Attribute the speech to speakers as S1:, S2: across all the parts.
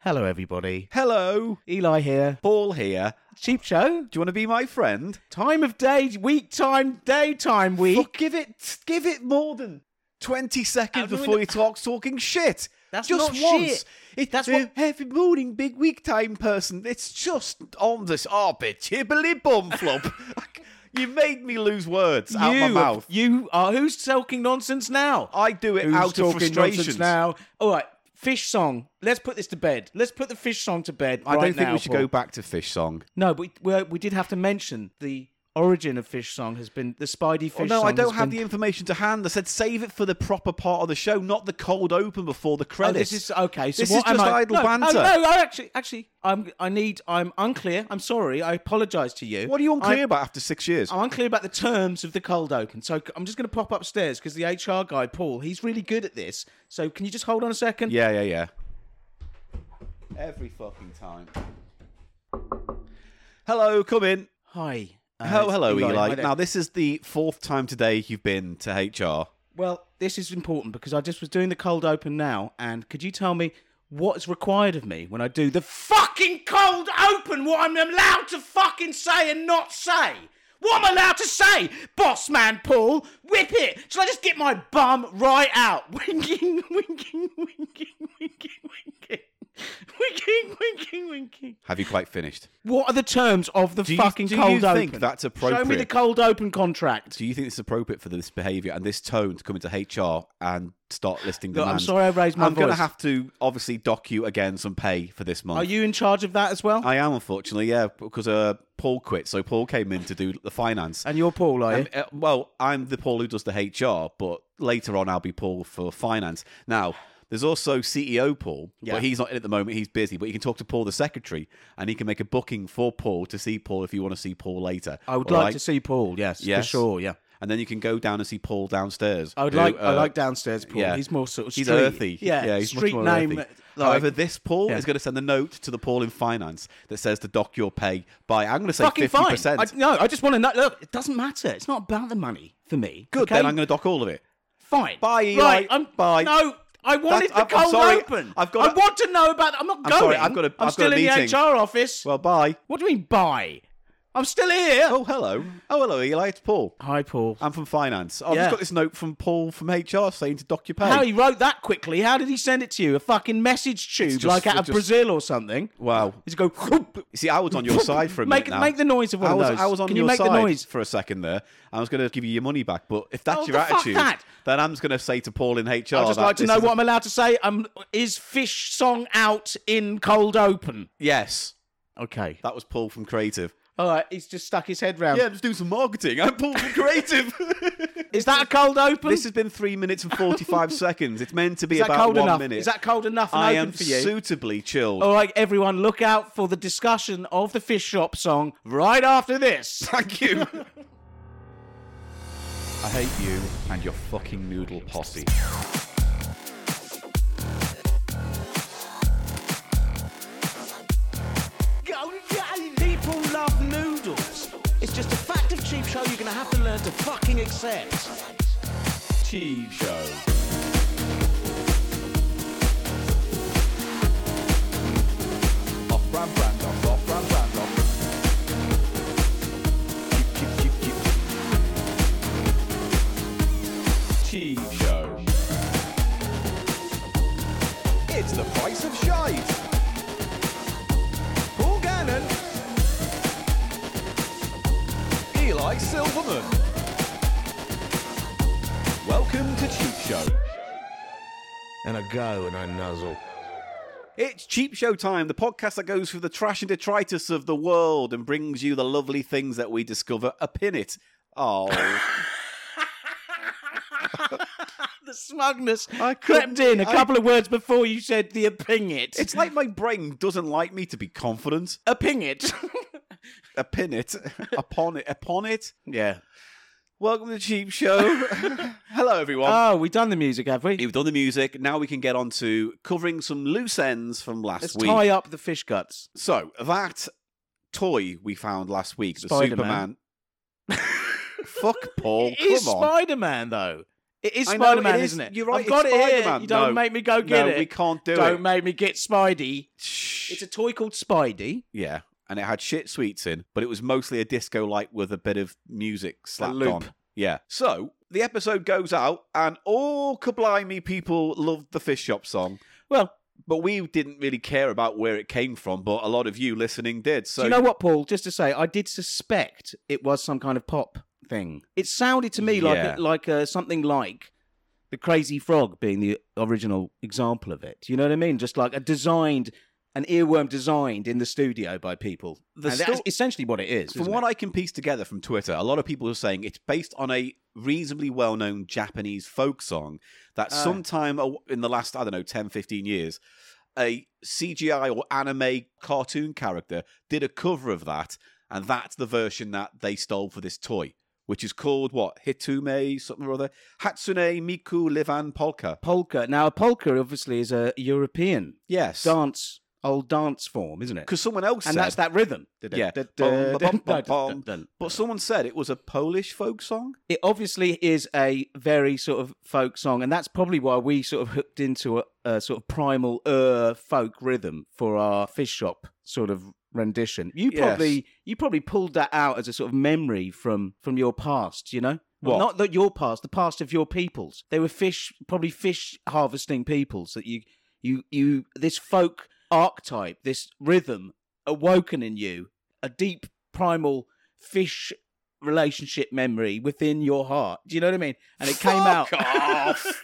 S1: Hello, everybody.
S2: Hello,
S1: Eli here.
S2: Paul here.
S1: Cheap show.
S2: Do you want to be my friend?
S1: Time of day, week time, daytime week.
S2: Fuck, give it, give it more than twenty seconds
S1: I'm doing
S2: before
S1: the-
S2: you talk talking shit.
S1: That's
S2: just
S1: not
S2: once.
S1: shit.
S2: It's
S1: That's
S2: That's
S1: what-
S2: what every morning, big week time person. It's just on this oh, bitch, hibbly bum flop. you made me lose words out my
S1: you,
S2: mouth.
S1: you are who's talking nonsense now?
S2: I do it
S1: Who's
S2: out of
S1: talking
S2: frustration.
S1: nonsense now? All right, fish song. Let's put this to bed. Let's put the fish song to bed.
S2: I don't
S1: right
S2: think
S1: now,
S2: we should
S1: Paul.
S2: go back to fish song.
S1: No, but we, we did have to mention the origin of fish song has been the Spidey fish.
S2: Oh, no,
S1: song
S2: I don't
S1: has
S2: have
S1: been-
S2: the information to hand. I said save it for the proper part of the show, not the cold open before the
S1: Oh,
S2: credits.
S1: this is okay. So
S2: this
S1: what
S2: is
S1: am
S2: just
S1: I-
S2: idle
S1: no,
S2: banter.
S1: Oh, no, I actually, actually, I'm. I need. I'm unclear. I'm sorry. I apologise to you.
S2: What are you unclear
S1: I-
S2: about after six years?
S1: I'm unclear about the terms of the cold open, so I'm just going to pop upstairs because the HR guy Paul, he's really good at this. So can you just hold on a second?
S2: Yeah, yeah, yeah. Every fucking time. Hello, come in.
S1: Hi. Uh,
S2: Oh,
S1: it's
S2: hello, Eli.
S1: Hi there.
S2: Now, this is the fourth time today you've been to HR.
S1: well, this is important because I just was doing the cold open now, and could you tell me what's required of me when I do the fucking cold open? What I'm allowed to fucking say and not say? What am I allowed to say, boss man Paul? Whip it! Shall I just get my bum right out? Winking, winking, winking, winking, winking. Winking, winking, winking.
S2: Have you quite finished?
S1: What are the terms of the
S2: you-
S1: fucking
S2: do you
S1: cold open?
S2: think that's
S1: Show me the
S2: appropriate?
S1: cold open contract.
S2: Do you think it's appropriate for this behaviour and this tone to come into HR and start listing
S1: Look, I'm
S2: demands?
S1: sorry I raised my
S2: I'm going to
S1: voice.
S2: have to obviously dock you again some pay for this month.
S1: Are you in charge of that as well?
S2: I am, unfortunately, yeah, because uh, Paul quit. So Paul came in to do the finance.
S1: and you're Paul, are you?
S2: Um, uh, well, I'm the Paul who does the HR, but later on I'll be Paul for finance. Now, there's also CEO Paul,
S1: Yeah.
S2: but he's not in at the moment. He's busy, but you can talk to Paul, the secretary, and he can make a booking for Paul to see Paul if you want to see Paul later.
S1: I would
S2: All
S1: like
S2: right?
S1: to see Paul. Yes,
S2: Yes.
S1: for sure. Yeah,
S2: And then you can go down and see Paul downstairs.
S1: I would
S2: who,
S1: like. I
S2: uh,
S1: like downstairs Paul.
S2: yeah.
S1: He's more sort of street,
S2: He's earthy.
S1: Yeah,
S2: he's much
S1: street
S2: more
S1: name.
S2: earthy.
S1: Like,
S2: However, this Paul
S1: Yeah.
S2: is going to send a note to the Paul in finance that says to dock your pay by, I'm going to say
S1: fucking
S2: 50%.
S1: fine. I, no, I just want to know. Look, it doesn't matter. It's not about the money for me.
S2: Good,
S1: okay?
S2: then I'm going to dock all of it.
S1: fine.
S2: Bye, Eli.
S1: Right, I'm,
S2: Bye.
S1: No, I wanted
S2: That's-
S1: the
S2: I'm- I'm
S1: cold
S2: sorry.
S1: open.
S2: I've got
S1: I
S2: a-
S1: want to know about. I'm not going.
S2: sorry, I've got a-
S1: I'm
S2: I've got
S1: still
S2: a
S1: in
S2: meeting.
S1: the HR office.
S2: Well, bye.
S1: what do you mean bye? I'm still here.
S2: Oh, hello. Oh, hello, Eli. It's Paul.
S1: Hi, Paul.
S2: I'm from finance. I've
S1: Yeah.
S2: just got this note from Paul from HR saying to dock your pay.
S1: How he wrote that quickly? How did he send it to you? A fucking message tube,
S2: just-
S1: like out
S2: it's
S1: of
S2: just-
S1: Brazil or something?
S2: Wow.
S1: He's go.
S2: You see, I was on your side for a
S1: make,
S2: minute now.
S1: Make the noise of one
S2: I was,
S1: of those.
S2: I was on
S1: Can
S2: your
S1: you make
S2: side
S1: the noise?
S2: for a second there. I was going to give you your money back, but if that's
S1: Oh,
S2: your
S1: the fuck
S2: attitude,
S1: that.
S2: then I'm just going to say to Paul in HR. I'd
S1: I'd just like to know what I'm allowed to say. Um, is Fish Song out in cold open?
S2: Yes,
S1: Okay.
S2: that was Paul from Creative.
S1: All right. He's just stuck his head round.
S2: Yeah, I'm just doing some marketing. I'm Paul from Creative.
S1: Is that a cold open?
S2: this has been three minutes and forty-five seconds. It's meant to
S1: is
S2: be
S1: that
S2: about
S1: cold
S2: one
S1: enough?
S2: minute.
S1: Is that cold enough and
S2: I
S1: open
S2: am
S1: for you?
S2: suitably chilled.
S1: All right, everyone, look out for the discussion of the fish shop song right after this.
S2: Thank you. I hate you and your fucking noodle posse.
S1: People love noodles. It's just a fact of cheap show you're going to have to learn to fucking accept.
S2: Cheese show. Off-brand brand off, off-brand brand off. Cheap, cheap, cheap, cheap, cheap. Cheese show. It's the price of shite. Paul Gannon. Eli Silverman. Welcome to Cheap Show.
S3: and I go and I nuzzle.
S2: It's Cheap Show time, the podcast that goes through the trash and detritus of the world and brings you the lovely things that we discover. A pin it. Oh,
S1: the smugness
S2: I
S1: crept in a
S2: couldn't- I-
S1: couple of words before you said the opinion.
S2: it's like my brain doesn't like me to be confident.
S1: opinion.
S2: A pin it, upon it, upon it.
S1: yeah.
S2: Welcome to Cheap Show. Hello, everyone.
S1: Oh, we done the music, have we?
S2: You've done the music. Now we can get on to covering some loose ends from last
S1: Let's
S2: week.
S1: tie up the fish guts.
S2: So that toy we found last week, the
S1: Spider-Man.
S2: Superman. Fuck Paul,
S1: it is
S2: Oh, come on.
S1: Spider Man though. It is
S2: I know, it
S1: Spider Man,
S2: is.
S1: is. not it?
S2: You're right,
S1: I've got
S2: it's
S1: it here.
S2: Spider-Man.
S1: You don't
S2: No.
S1: make me go get
S2: No,
S1: it.
S2: we can't do
S1: Don't
S2: it.
S1: make me get Spidey.
S2: Shh.
S1: It's a toy called Spidey.
S2: yeah, and it had shit sweets in, but it was mostly a disco light with a bit of music slapped
S1: loop.
S2: on. Yeah. So the episode goes out, and all kablimey people loved the fish shop song.
S1: Well,
S2: But we didn't really care about where it came from, but a lot of you listening did. So
S1: do you know what, Paul? Just to say, I did suspect it was some kind of pop thing. It sounded to me
S2: Yeah.
S1: like like uh, something like the Crazy Frog being the original example of it. You know what I mean? Just like a designed, an earworm designed in the studio by people.
S2: The
S1: And
S2: sto-
S1: that's essentially what it is.
S2: From what I can piece together from Twitter, a lot of people are saying it's based on a reasonably well known Japanese folk song that
S1: Ah.
S2: sometime a- in the last, I don't know, 10, 15 years, a CGI or anime cartoon character did a cover of that. And that's the version that they stole for this toy, which is called what? Hitume, something or other? Hatsune Miku Livan Polka.
S1: polka. Now, a polka obviously is a European
S2: Yes.
S1: dance, old dance form, isn't it?
S2: Because someone else
S1: And
S2: said,
S1: that's that rhythm.
S2: Yeah.
S1: Dun,
S2: Bum,
S1: dun,
S2: bum,
S1: dun,
S2: bum,
S1: dun,
S2: bum.
S1: dun.
S2: But someone said it was a Polish folk song?
S1: It obviously is a very sort of folk song, and that's probably why we sort of hooked into a, a sort of primal uh folk rhythm for our fish shop sort of rendition. You
S2: Yes.
S1: probably you probably pulled that out as a sort of memory from from your past, you know.
S2: What?
S1: Not that your past, the past of your peoples. They were fish, probably fish harvesting peoples that you you you this folk archetype this rhythm awoken in you a deep primal fish relationship memory within your heart do you know what i mean and it came out
S2: Fuck off.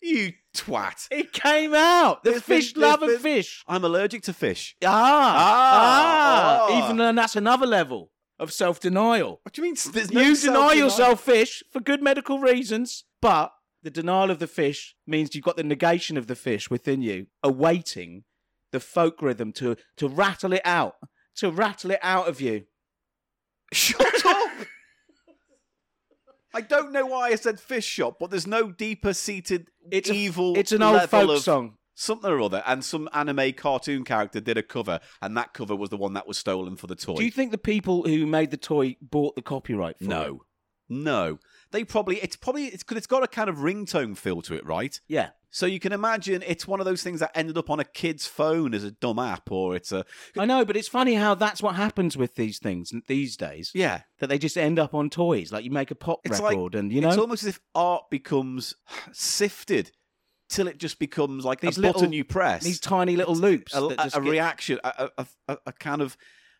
S2: You twat.
S1: it came out the
S2: There's been-
S1: fish love
S2: there's
S1: and fish
S2: I'm allergic to fish.
S1: ah ah,
S2: Ah.
S1: even then that's another level of self-denial
S2: What do you mean? There's no
S1: you deny
S2: self-denial?
S1: yourself fish for good medical reasons but the denial of the fish means you've got the negation of the fish within you awaiting the folk rhythm to to rattle it out to rattle it out of you
S2: Shut up. I don't know why I said fish shop, but there's no deeper seated
S1: It's a-
S2: evil.
S1: it's an old
S2: level
S1: folk
S2: of
S1: song
S2: Something or other, and some anime cartoon character did a cover, and that cover was the one that was stolen for the toy.
S1: do you think the people who made the toy bought the copyright for it?
S2: no, no. They probably it's probably it's because it's got a kind of ringtone feel to it, right?
S1: yeah
S2: So you can imagine it's one of those things that ended up on a kid's phone as a dumb app, or it's a
S1: i know but it's funny how that's what happens with these things these days
S2: yeah.
S1: that they just end up on toys like you make a pop
S2: It's like-
S1: record and you know
S2: It's almost as if art becomes sifted till it just becomes like
S1: These
S2: a button
S1: little-
S2: you press.
S1: these tiny little loops
S2: a,
S1: that just
S2: a
S1: get-
S2: reaction, a, a, a, a kind of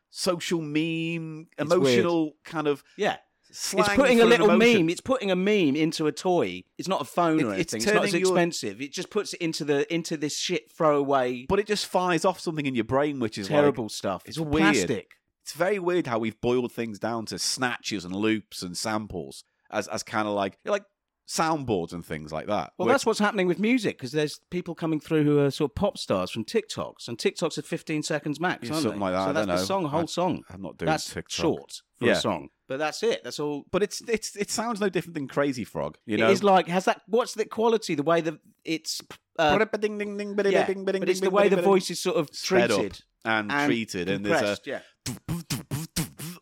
S2: social meme,
S1: It's weird.
S2: emotional kind of
S1: yeah
S2: slang.
S1: it's putting
S2: for
S1: a
S2: an
S1: little
S2: emotion.
S1: meme. It's putting a meme into a toy. It's not a phone
S2: It-
S1: or
S2: it's
S1: anything. It's, not as
S2: turning your-
S1: expensive. It just puts it into the into this shit throwaway
S2: But it just fires off something in your brain, which is
S1: terrible
S2: Like,
S1: stuff. It's
S2: it's
S1: all
S2: weird.
S1: plastic.
S2: it's very weird how we've boiled things down to snatches and loops and samples as, as kind of like like soundboards and things like that.
S1: Well,
S2: where
S1: that's what's happening with music because there's people coming through who are sort of pop stars from TikToks, and TikToks are 15 seconds max,
S2: Yeah,
S1: aren't
S2: something
S1: they?
S2: like that, I
S1: So that's
S2: don't
S1: the
S2: know.
S1: song,
S2: I-
S1: whole song.
S2: I'm not doing
S1: That's
S2: TikTok.
S1: short for
S2: Yeah.
S1: a song, but that's it. That's all.
S2: But it's it's it sounds no different than Crazy Frog, you know.
S1: It is like has that. What's the quality? The way that it's. Uh,
S2: ding, ding, ding, ba-ding,
S1: yeah,
S2: ding, ba-ding,
S1: but it's the
S2: ding,
S1: way the
S2: ba-ding, ba-ding.
S1: voice is sort of
S2: Sped up
S1: treated
S2: and,
S1: and
S2: treated, and there's a
S1: compressed, yeah.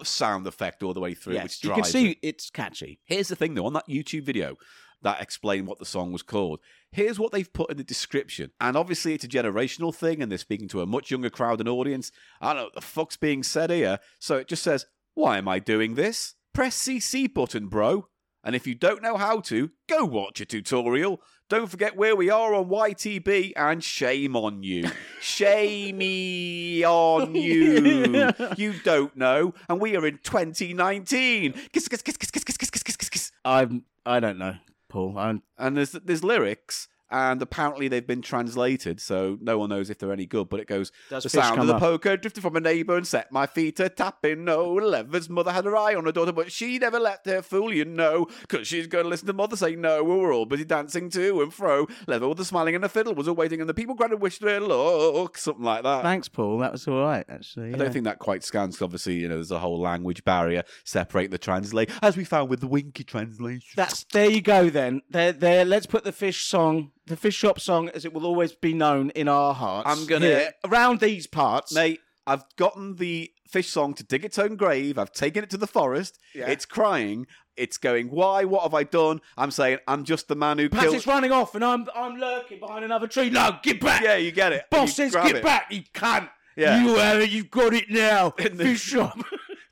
S2: sound effect all the way through,
S1: Yes,
S2: which
S1: you can
S2: drives
S1: see
S2: it.
S1: it's catchy.
S2: Here's the thing, though, on that YouTube video that explained what the song was called. Here's what they've put in the description, and obviously it's a generational thing, and they're speaking to a much younger crowd and audience. I don't know what the fuck's being said here, so it just says, "Why am I doing this? Press CC button, bro." And if you don't know how to, go watch a tutorial. Don't forget where we are on YTB and shame on you. Shamey on you. You don't know. And we are in 2019. Kiss, kiss, kiss, kiss, kiss, kiss, kiss, kiss, kiss, kiss, kiss.
S1: I'm. I don't know, Paul. I'm.
S2: And there's, there's lyrics, and apparently they've been translated, so no one knows if they're any good, but it goes
S1: Does
S2: the
S1: fish
S2: sound of
S1: come
S2: the
S1: up?
S2: poker drifted from a neighbour and set my feet a tapping. No, Lever's mother had her eye on her daughter, but she never let her fool you, no, because she's going to listen to mother say no. We were all busy dancing to and fro. Lever with a smiling and a fiddle was awaiting, and the people granted wished her luck, something like that.
S1: Thanks, Paul. That was all right, actually.
S2: I don't think that quite scans. 'cause Obviously, you know, there's a whole language barrier separating the translate, as we found with the Winky translation.
S1: that's there. You go then. There, there. Let's put the fish song, the fish shop song, as it will always be known in our hearts.
S2: I'm gonna-
S1: here, around these parts.
S2: Mate, I've gotten the fish song to dig its own grave. I've taken it to the forest.
S1: Yeah.
S2: It's crying. It's going, why? What have I done? I'm saying, I'm just the man who
S1: Perhaps
S2: killed.
S1: it's running off and I'm I'm lurking behind another tree. No, get back.
S2: Yeah, you get it. And
S1: Boss
S2: you
S1: says,
S2: grab
S1: get
S2: it.
S1: back, you cunt.
S2: Yeah.
S1: You have it. You've got it now.
S2: In the-
S1: Fish shop.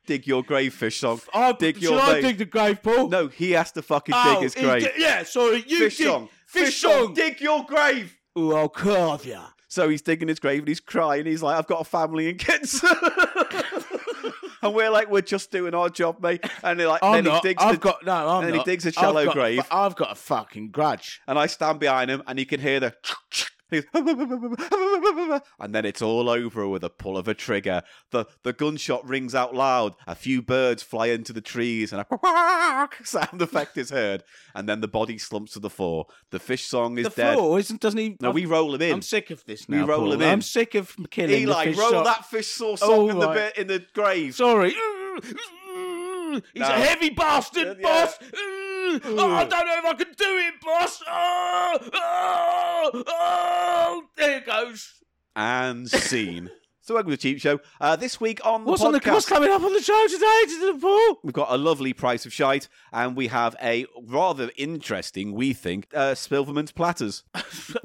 S2: Dig your grave, fish song.
S1: I'll
S2: dig
S1: Oh, shall
S2: your
S1: I
S2: grave.
S1: dig the grave, Paul?
S2: No, he has to fucking
S1: Oh,
S2: dig his
S1: he
S2: grave.
S1: di- yeah, sorry. You
S2: fish
S1: dig.
S2: song.
S1: Fish, song.
S2: Dig your grave.
S1: Ooh, I'll carve ya.
S2: So he's digging his grave and he's crying. He's like, I've got a family and kids. and we're like, we're just doing our job, mate. And they're like,
S1: I'm
S2: then
S1: not.
S2: he digs
S1: I've
S2: the,
S1: got no. I'm
S2: then he
S1: not.
S2: digs a
S1: I've
S2: shallow
S1: got-
S2: grave.
S1: I've got a fucking grudge.
S2: and I stand behind him and you can hear the he goes, and then it's all over with a pull of a trigger. The the gunshot rings out loud. A few birds fly into the trees, and a sound effect is heard. And then the body slumps to the floor. The fish song is
S1: The
S2: dead.
S1: floor isn't. Doesn't he?
S2: No,
S1: I'm-
S2: we roll him in.
S1: I'm sick of this
S2: We
S1: now.
S2: roll
S1: Paul.
S2: him in.
S1: I'm sick of killing
S2: Eli,
S1: the fish
S2: roll
S1: song.
S2: that fish sauce
S1: Oh,
S2: song in the
S1: right.
S2: bit in the grave.
S1: Sorry. He's
S2: No.
S1: a heavy bastard,
S2: Yeah.
S1: boss. Oh, I don't know if I can do it, boss. Oh, oh, oh. There it goes.
S2: and scene. so welcome to the Cheap Show. Uh, this week on the
S1: What's
S2: podcast,
S1: on the what's coming up on the show today, to the Paul?
S2: we've got a lovely price of shite, and we have a rather interesting, we think, uh, Spilverman's platters.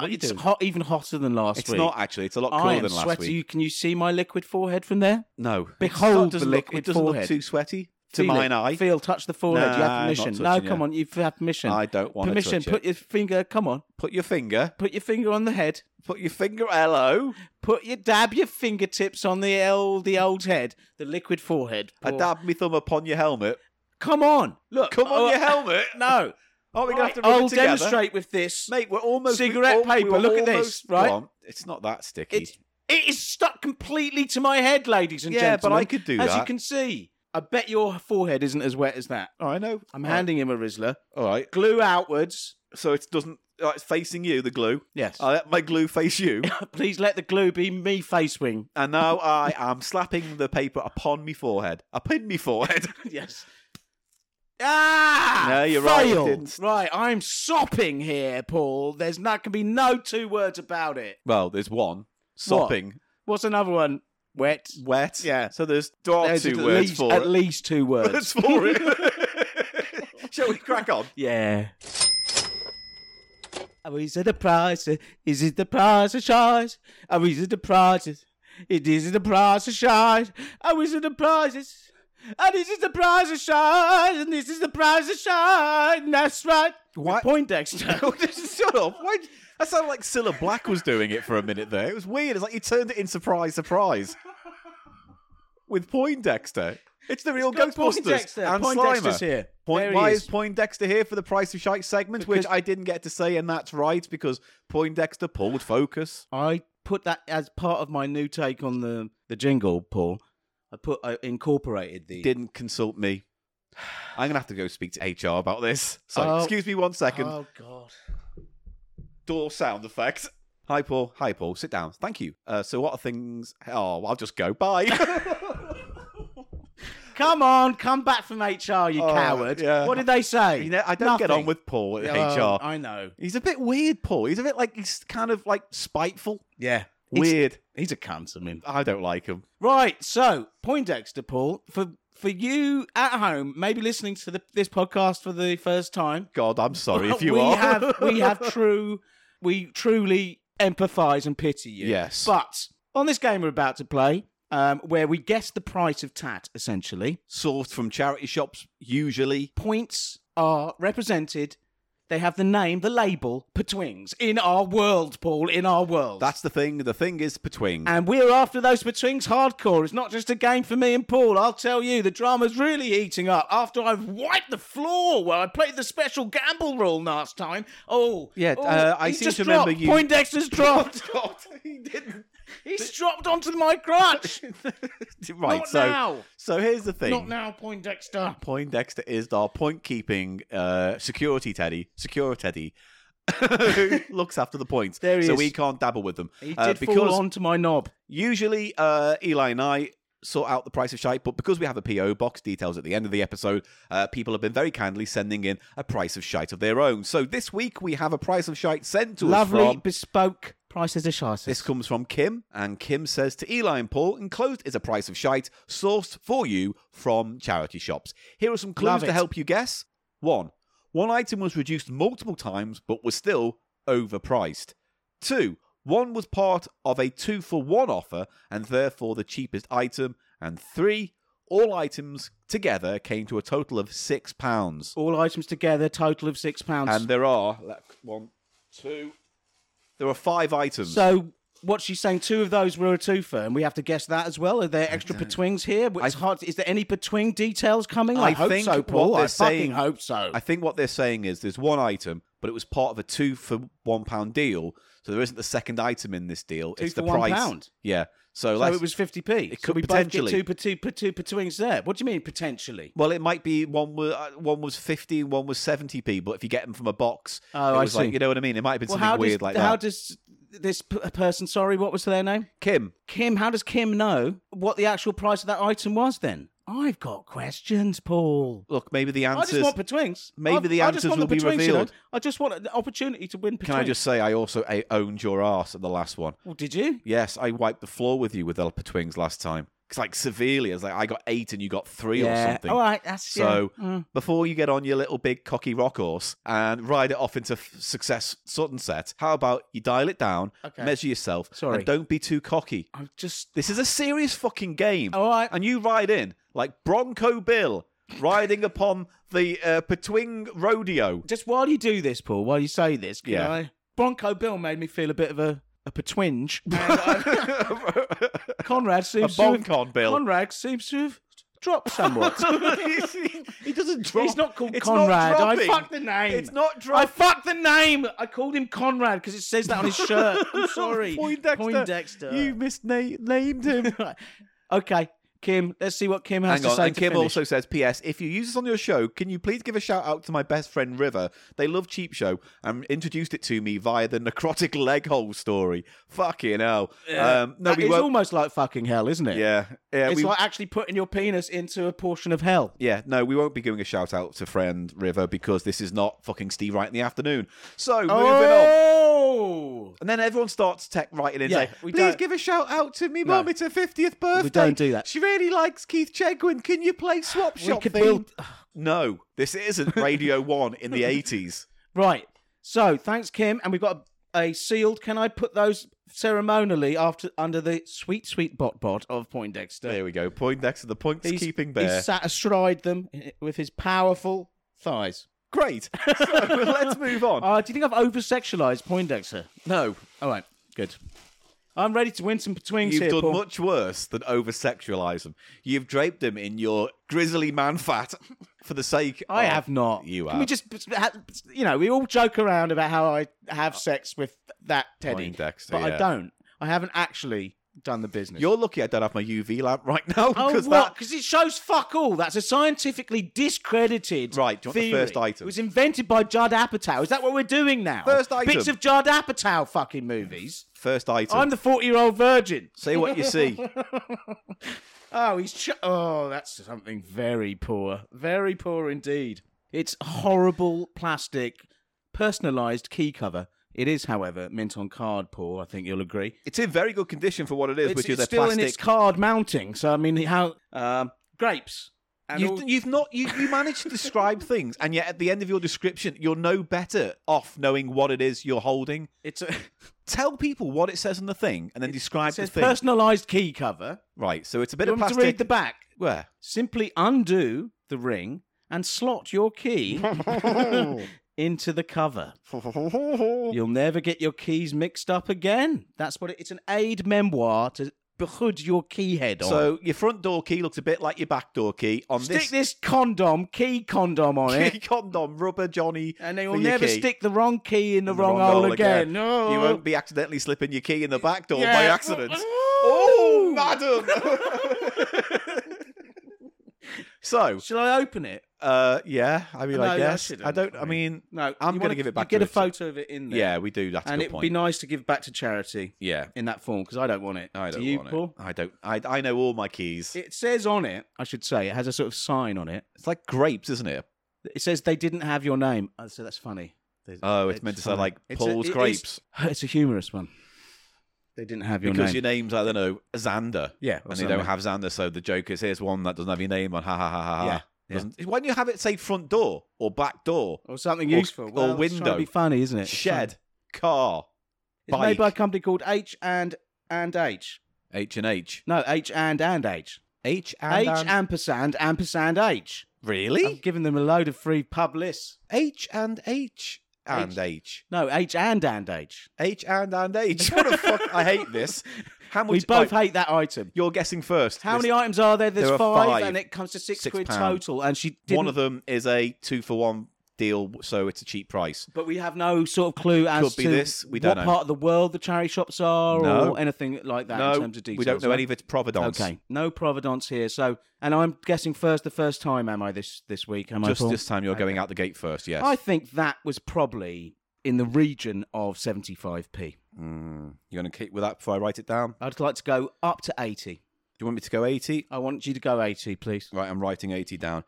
S1: It's hot, even hotter than last
S2: It's
S1: week.
S2: not actually. It's a lot cooler
S1: I am
S2: than last
S1: sweaty.
S2: week.
S1: You- Can you see my liquid forehead from there?
S2: No,
S1: Behold
S2: it doesn't,
S1: the
S2: look, it
S1: liquid
S2: doesn't look
S1: forehead.
S2: too sweaty to
S1: Feel it.
S2: mine eye.
S1: Feel, touch the forehead. you
S2: Nah,
S1: have permission.
S2: not
S1: No,
S2: touching
S1: come
S2: it.
S1: on. You have permission.
S2: I don't want
S1: permission.
S2: to touch
S1: Put
S2: it.
S1: your finger. Come on.
S2: Put your finger.
S1: Put your finger on the head.
S2: Put your finger. Hello.
S1: Put your dab your fingertips on the old the old head, the liquid forehead.
S2: I
S1: Paul.
S2: dab my thumb upon your helmet.
S1: Come on, look.
S2: Come on,
S1: oh,
S2: your helmet.
S1: No,
S2: Aren't we gonna have to rub it
S1: I'll
S2: together?
S1: demonstrate with this.
S2: Mate, we're almost we
S1: Cigarette
S2: al- we
S1: paper,
S2: were
S1: look at this,
S2: almost-
S1: right?
S2: Go on. It's not that sticky.
S1: It, it is stuck completely to my head, ladies and
S2: yeah,
S1: gentlemen.
S2: but I could do
S1: as
S2: that.
S1: you can see. I bet your forehead isn't as wet as that.
S2: Oh, I know.
S1: I'm
S2: All right.
S1: handing him a Rizzler.
S2: All right.
S1: Glue outwards.
S2: So it doesn't. oh, it's facing you, the glue.
S1: Yes.
S2: I let my glue face you,
S1: Please let the glue be me face wing.
S2: and now I am slapping the paper upon me forehead. I pinned me forehead.
S1: yes. Ah!
S2: No, you're right, you
S1: failed.
S2: didn't.
S1: Right, I'm sopping here, Paul. There's not can be no two words about it.
S2: Well, there's one sopping
S1: What's another one? Wet.
S2: wet.
S1: Yeah.
S2: So there's there are
S1: There's
S2: two
S1: at
S2: words
S1: least,
S2: for
S1: at
S2: it.
S1: least two
S2: Words
S1: words.
S2: for it. Shall we crack on?
S1: yeah. Oh, is it the price? Is it the price of shite? Oh, is it the prices? It is the price of shite. Oh, is it the prices? And this is the price of shite. And this is the price of shite. And that's right.
S2: Why-
S1: Poindexter.
S2: Shut up. Why? That sounded like Cilla Black was doing it for a minute there. It was weird. It's like you turned it in surprise, surprise. With Poindexter. It's the real
S1: Got
S2: Ghostbusters.
S1: Poindexter.
S2: And
S1: Poindexter's
S2: Slimer.
S1: here.
S2: Point,
S1: There he
S2: why
S1: is.
S2: is Poindexter here for the Price of Shite segment, which
S1: Because-
S2: I didn't get to say, and that's right, because Poindexter pulled focus.
S1: I put that as part of my new take on the the jingle, Paul. I put I incorporated the
S2: Didn't consult me. I'm going to have to go speak to HR about this. So,
S1: Oh.
S2: excuse me one second.
S1: Oh God!
S2: door sound effect. Hi, Paul. Hi, Paul. Sit down. Thank you. Uh, so, what are things? Oh, well, I'll just go. Bye.
S1: Come on, come back from HR, you
S2: Oh,
S1: coward!
S2: yeah.
S1: What did they say?
S2: You know, I don't get
S1: Nothing.
S2: on with Paul at
S1: Oh,
S2: HR.
S1: I know.
S2: He's a bit weird, Paul. He's a bit like he's kind of like spiteful.
S1: Yeah, It's-
S2: Weird.
S1: he's a cunt. I mean,
S2: I don't like him.
S1: right. So Poindexter, Paul, for for you at home, maybe listening to the, this podcast for the first time.
S2: God, I'm sorry if you
S1: we
S2: are.
S1: have we have true we truly empathize and pity you.
S2: Yes.
S1: But on this game we're about to play, um, where we guess the price of tat essentially,
S2: sourced from charity shops usually.
S1: points are represented. They have the name, the label, Petwings in our world, Paul. In our world.
S2: That's the thing. The thing is between.
S1: and we're after those Petwings hardcore. It's not just a game for me and Paul. I'll tell you, the drama's really heating up. After I've wiped the floor where I played the special gamble rule last time. Oh,
S2: Yeah,
S1: oh,
S2: uh, I
S1: he's
S2: seem
S1: just
S2: to remember
S1: dropped.
S2: you-
S1: Poindexter's dropped.
S2: God, he didn't.
S1: He's dropped onto my crotch.
S2: right.
S1: Not
S2: so,
S1: now.
S2: so here's the thing.
S1: Not now, Poindexter.
S2: Poindexter is our point keeping uh, security teddy, secure teddy, who looks after the points.
S1: There he
S2: so
S1: is.
S2: we can't dabble with them.
S1: He did
S2: Uh,
S1: fall
S2: because
S1: onto my knob.
S2: usually uh, Eli and I sort out the price of shite, but because we have a PO box details at the end of the episode, uh, people have been very kindly sending in a price of shite of their own. So this week we have a price of shite sent to
S1: Lovely
S2: us from.
S1: bespoke prices of shite.
S2: This comes from Kim, and Kim says to Eli and Paul, enclosed is a price of shite sourced for you from charity shops. Here are some clues
S1: Love
S2: to
S1: it.
S2: help you guess. One, one item was reduced multiple times but was still overpriced. Two, one was part of a two for one offer and therefore the cheapest item. And three, all items together came to a total of six pounds.
S1: All items together, total of six pounds.
S2: And there are let- one, two, there are five items.
S1: so what she's saying, two of those were a twofer, and we have to guess that as well. Are there extra betwings here? It's hard. Is there any betwing details coming? I,
S2: I
S1: hope
S2: think
S1: so,
S2: what
S1: Paul.
S2: they're
S1: I fucking
S2: saying-
S1: hope so.
S2: I think what they're saying is there's one item, but it was part of a two for one pound deal. So there isn't the second item in this deal. it's
S1: for
S2: the
S1: one
S2: price.
S1: pound?
S2: Yeah. So,
S1: so
S2: let's,
S1: it was fifty p.
S2: It
S1: so
S2: could
S1: we both get
S2: potentially-
S1: two, per two, per two betwings there. What do you mean potentially?
S2: well, it might be one was uh, one was fifty, and one was seventy p. But if you get them from a box,
S1: Oh,
S2: it
S1: I
S2: was
S1: see.
S2: like you know what I mean. It might have been
S1: Well,
S2: something
S1: how
S2: weird
S1: does
S2: like
S1: how
S2: that.
S1: does this p- person? Sorry, what was their name?
S2: Kim,
S1: Kim. How does Kim know what the actual price of that item was? Then I've got questions, Paul.
S2: look, maybe the
S1: I
S2: answers.
S1: just want betwings.
S2: maybe
S1: I-
S2: the
S1: I just
S2: answers
S1: want the
S2: will be
S1: betwings, you know.
S2: revealed.
S1: I just want an opportunity to win. Betwings.
S2: Can I just say I also I owned your ass at the last one.
S1: Well, did you?
S2: Yes, I wiped the floor with you with El Twings last time. It's like severely. It's like I got eight and you got three or something.
S1: All right. That's
S2: So
S1: yeah. Mm.
S2: before you get on your little big cocky rock horse and ride it off into f- success sunset, how about you dial it down,
S1: Okay.
S2: measure yourself,
S1: Sorry.
S2: and don't be too cocky.
S1: I'm just.
S2: This is a serious fucking game.
S1: All right.
S2: And you ride in like Bronco Bill riding upon the uh, Petwing Rodeo.
S1: Just while you do this, Paul, while you say this, can
S2: Yeah.
S1: I? Bronco Bill made me feel a bit of a a twinge. Conrad
S2: a
S1: seems to have,
S2: Boncon Bill.
S1: Conrad seems to have dropped somewhat.
S2: he doesn't drop.
S1: He's not called
S2: It's not
S1: Conrad. I
S2: dropping.
S1: fucked the name.
S2: It's not
S1: I
S2: dropping.
S1: fucked the name. I called him Conrad because it says that on his shirt. I'm sorry.
S2: Poindexter.
S1: Poindexter.
S2: You misnamed him.
S1: okay, Kim. Let's see what Kim has
S2: Hang
S1: to
S2: on.
S1: say.
S2: And
S1: to
S2: Kim
S1: finish.
S2: also says, P.S. If you use this on your show, can you please give a shout out to my best friend River? They love Cheap Show and introduced it to me via the necrotic leg hole story. Fucking hell. Um, no,
S1: That
S2: we
S1: is
S2: won't.
S1: almost like fucking hell, isn't it?
S2: yeah. Yeah,
S1: It's
S2: we,
S1: like actually putting your penis into a portion of hell.
S2: yeah, no, we won't be giving a shout out to friend River because this is not fucking Steve Wright in the afternoon. So moving on.
S1: Oh.
S2: And then everyone starts tech writing in
S1: Yeah,
S2: saying,
S1: we
S2: please
S1: don't-
S2: give a shout out to me mum, it's her 50th birthday.
S1: don't do that.
S2: She really likes Keith Chegwin. Can you play Swap
S1: We
S2: Shop
S1: could
S2: theme?"
S1: build.
S2: No, this isn't Radio 1 in the 80s.
S1: Right. So thanks, Kim, and we've got a, a sealed. Can I put those ceremonially after under the sweet, sweet bot bot of Poindexter?
S2: There we go. Point next to the points
S1: He's-
S2: keeping bear.
S1: He's sat astride them eh, with his powerful thighs.
S2: Great. So let's move on.
S1: Uh, do you think I've over sexualized Poindexter?
S2: No,
S1: All right, good. I'm ready to win some betwings
S2: you've
S1: here,
S2: done
S1: Paul.
S2: much worse than over sexualize him. You've draped him in your grizzly man fat for the sake.
S1: I
S2: of-
S1: have not.
S2: You
S1: Can we
S2: have.
S1: just, you know, we all joke around about how I have sex with that Teddy,
S2: Poindexter,
S1: but I
S2: Uh, yeah.
S1: don't. I haven't actually done the business.
S2: You're lucky I don't have my UV lamp right now
S1: Oh,
S2: because
S1: what?
S2: that.
S1: Because it shows fuck all. That's a scientifically discredited
S2: Right, do you want the
S1: theory.
S2: first
S1: It
S2: item?
S1: was invented by Judd Apatow. Is that what we're doing now?
S2: First item.
S1: Bits of Judd Apatow fucking movies.
S2: First item.
S1: I'm the 40 year old virgin.
S2: Say what you see.
S1: Oh, he's. Ch- oh, that's something very poor. Very poor indeed. It's horrible plastic, personalised key cover. It is, however, mint on card, Paul. I think you'll agree.
S2: It's in very good condition for what it is,
S1: It's,
S2: which is
S1: it's
S2: a
S1: still
S2: plastic.
S1: in its card mounting. So, I mean, how. Um, grapes. And
S2: You've,
S1: all-
S2: you've not you, you managed to describe things, and yet at the end of your description, you're no better off knowing what it is you're holding.
S1: it's a.
S2: Tell people what it says on the thing, and then describe
S1: It says
S2: the thing.
S1: personalised key cover.
S2: Right, so it's a bit
S1: You
S2: of
S1: want me
S2: plastic.
S1: to read the back?
S2: Where?
S1: Simply undo the ring and slot your key into the cover. You'll never get your keys mixed up again. That's what it, it's an aid memoir to hood your key head on.
S2: So your front door key looks a bit like your back door key on
S1: stick this condom, key condom on
S2: this key
S1: it,
S2: condom, rubber Johnny,
S1: and
S2: for
S1: then you'll
S2: your
S1: never
S2: key.
S1: stick the wrong key in the,
S2: In
S1: wrong, hole again.
S2: You
S1: No.
S2: won't be accidentally slipping your key in the back door by
S1: Yeah.
S2: accident.
S1: Oh.
S2: madam. so,
S1: Shall I open it?
S2: uh, yeah, I mean,
S1: No,
S2: I
S1: I
S2: guess
S1: shouldn't.
S2: I don't.
S1: I
S2: I mean,
S1: No. you
S2: I'm going
S1: wanna-
S2: to give
S1: you
S2: it back.
S1: Get a
S2: to Richard.
S1: photo of it in there.
S2: Yeah, we do. That's
S1: And
S2: a
S1: it
S2: good
S1: would
S2: point.
S1: be nice to give back to charity
S2: yeah,
S1: in that form because I don't want it.
S2: I
S1: Do
S2: don't
S1: you,
S2: want
S1: Paul?
S2: it. I don't. I, I know all my keys.
S1: It says on it, I should say, it has a sort of sign on it.
S2: it's like grapes, isn't it?
S1: It says they didn't have your name. Oh, So that's funny.
S2: Oh, it's, meant to sound
S1: funny.
S2: like
S1: It's a-
S2: Paul's
S1: it is-
S2: grapes.
S1: It's a humorous one. They didn't have your name.
S2: because your name's I don't know Xander.
S1: Yeah, or
S2: and they
S1: something.
S2: don't have Xander, so the joke is here's one that doesn't have your name on. Ha ha ha ha. ha.
S1: Yeah.
S2: doesn't- Why don't you have it say front door or back door,
S1: or something useful. Well,
S2: or
S1: it's trying to
S2: window.
S1: be funny, isn't it?
S2: shed, car,
S1: It's made by a
S2: bike,
S1: company called H and and H.
S2: H and H,
S1: No, H and and H.
S2: H
S1: H ampersand ampersand H. I've
S2: really
S1: given them a load of free pub lists.
S2: H and H and H
S1: No, H and and H.
S2: H and and H. What the fuck? I hate this. How much?
S1: We both
S2: right,
S1: hate that item.
S2: You're guessing first.
S1: How
S2: This-
S1: many items are there? There's
S2: There are
S1: five,
S2: five.
S1: and it comes to six,
S2: Six
S1: quid
S2: pound.
S1: total. And she didn't.
S2: One of them is a two for one deal, so it's a cheap price.
S1: But we have no sort of clue as
S2: Could be
S1: to
S2: this, we
S1: what
S2: don't know.
S1: part of the world the charity shops are,
S2: No.
S1: or anything like that
S2: no,
S1: in terms of details.
S2: we don't know
S1: right?
S2: any of its providence.
S1: Okay, no providence here. So, and I'm guessing first the first time am I this this week? Am I?
S2: Just
S1: Paul?
S2: this time, you're going out the gate first. Yes.
S1: I think that was probably in the region of 75p.
S2: Mm, you're going to keep with that before I write it down.
S1: I'd like to go up to 80.
S2: Do you want me to go 80?
S1: I want you to go 80, please.
S2: Right, I'm writing 80 down.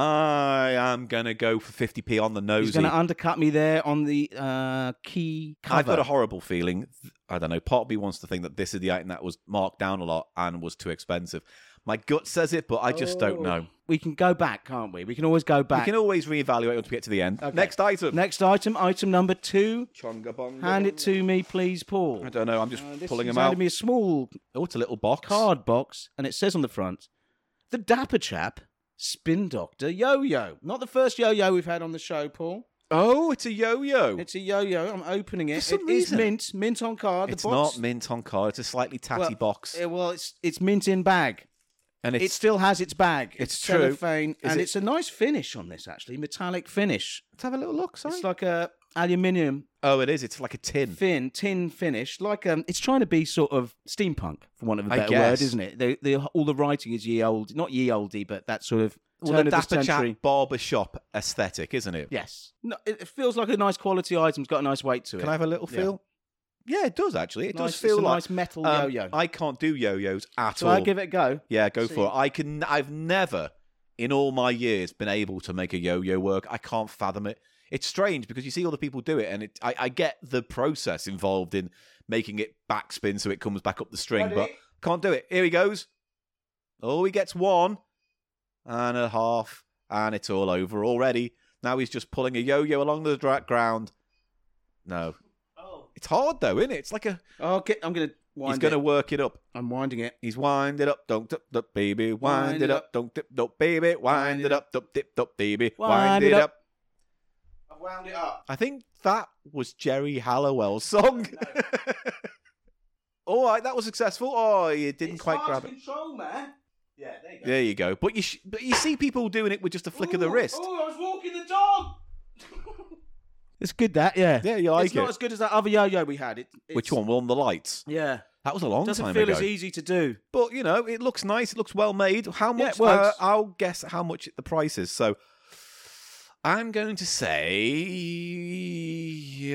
S2: I am going to go for 50p on the
S1: He's
S2: nose.
S1: going to undercut me there on the uh, key cover.
S2: I've got a horrible feeling. I don't know. Part of me wants to think that this is the item that was marked down a lot and was too expensive. My gut says it, but I just
S1: Oh.
S2: don't know.
S1: We can go back, can't we? We can always go
S2: We
S1: back.
S2: can always reevaluate once we get to the end.
S1: Okay.
S2: Next item.
S1: Next item, item number two.
S2: Chonga bonga.
S1: Hand it to me, please, Paul.
S2: I don't know. I'm just
S1: Uh, this
S2: pulling
S1: has
S2: them out.
S1: handed me a small
S2: Oh, it's a little box.
S1: card box, and it says on the front, "The Dapper Chap, Spin Doctor Yo-Yo." Not the first yo-yo we've had on the show, Paul.
S2: Oh, it's a yo-yo. It's,
S1: It's a yo-yo. I'm opening it.
S2: For some
S1: It is
S2: reason-
S1: mint, mint on card. the box,
S2: not mint on card. It's a slightly tatty
S1: well,
S2: box,
S1: eh, well, it's it's mint in bag.
S2: and it's
S1: it still has its bag.
S2: It's true.
S1: cellophane,
S2: Is
S1: and
S2: it-
S1: it's a nice finish on this. Actually, metallic finish.
S2: Let's have a little look. Sorry.
S1: It's like a aluminium
S2: oh, it is. It's like a tin.
S1: fin tin finish like um it's trying to be sort of steampunk for want of a
S2: I
S1: better
S2: guess.
S1: word isn't it the, the all the writing is ye old not ye oldy but that sort of turn
S2: Well, the
S1: of
S2: Dapper
S1: the century
S2: Chap barber shop aesthetic, isn't it?
S1: yes no, it it feels like a nice quality item's got a nice weight to it
S2: Can I have a little
S1: Yeah.
S2: feel? Yeah, it does actually. It
S1: nice,
S2: does feel
S1: it's a
S2: like
S1: nice metal
S2: um,
S1: yo-yo
S2: I can't do yo-yos at
S1: so
S2: all.
S1: i give it a go
S2: yeah, go
S1: See.
S2: for it. I can. I've never, in all my years, been able to make a yo-yo work. I can't fathom it. It's strange because you see other people do it, and it, I, I get the process involved in making it backspin so it comes back up the string, but
S1: Ready?
S2: can't do it. Here he goes. Oh, he gets one and a half, and it's all over already. Now he's just pulling a yo-yo along the dra- ground. No, it's hard though, isn't it? It's like a
S1: oh get, i'm gonna wind
S2: he's going to
S1: it.
S2: work it up.
S1: i'm winding it
S2: He's wind it up, don't dip, dip, baby. Wind it up, don't dip, dip, baby. Wind it up, dip, dip, dip, baby. Wind it up.
S1: i've wound it up
S2: I think that was Jerry Halliwell's song. All right, that was successful. Oh, you didn't quite grab it.
S1: control man yeah there you
S2: There you go. But you, sh- but you see people doing it with just a flick of the wrist.
S1: oh i was walking the dog it's good that yeah
S2: Yeah, you like
S1: it's not
S2: it.
S1: as good as that other yo-yo we had. It, it's,
S2: Which one? One the lights.
S1: Yeah,
S2: That was a long
S1: doesn't
S2: time
S1: feel
S2: ago.
S1: as easy to do.
S2: But you know, it looks nice. It looks well made. How
S1: Yeah,
S2: much?
S1: it works.
S2: uh, I'll guess how much the price is. So I'm going to say,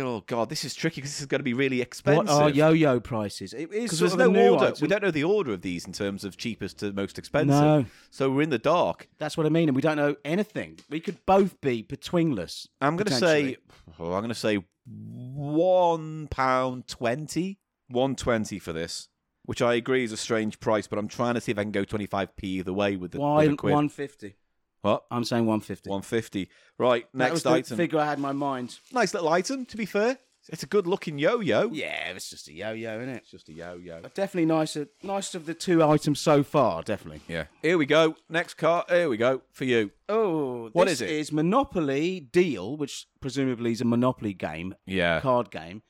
S2: oh god, this is tricky because this is going to be really expensive.
S1: What are yo-yo prices? It is
S2: because
S1: sort
S2: there's
S1: of
S2: no
S1: a new
S2: order.
S1: item.
S2: We don't know the order of these in terms of cheapest to most expensive.
S1: No.
S2: So we're in the dark.
S1: That's what I mean, and we don't know anything. We could both be betweenless.
S2: I'm going to say, oh, I'm going to say one pound twenty. One twenty for this, which I agree is a strange price, but I'm trying to see if I can go twenty five p either way with the,
S1: why
S2: with the quid.
S1: one fifty?
S2: What?
S1: I'm saying one fifty.
S2: 150. Right,
S1: That was
S2: next
S1: the
S2: item.
S1: figure I had in my mind.
S2: nice little item, to be fair. It's a good looking yo yo.
S1: Yeah, it's just a yo-yo, isn't it?
S2: It's just a yo yo.
S1: Definitely nicer, nice of the two items so far. Definitely.
S2: Yeah. Here we go. Next car. Here we go. For you.
S1: Oh,
S2: What
S1: this
S2: is it?
S1: Is Monopoly Deal, which presumably is a Monopoly game,
S2: Yeah.
S1: card game,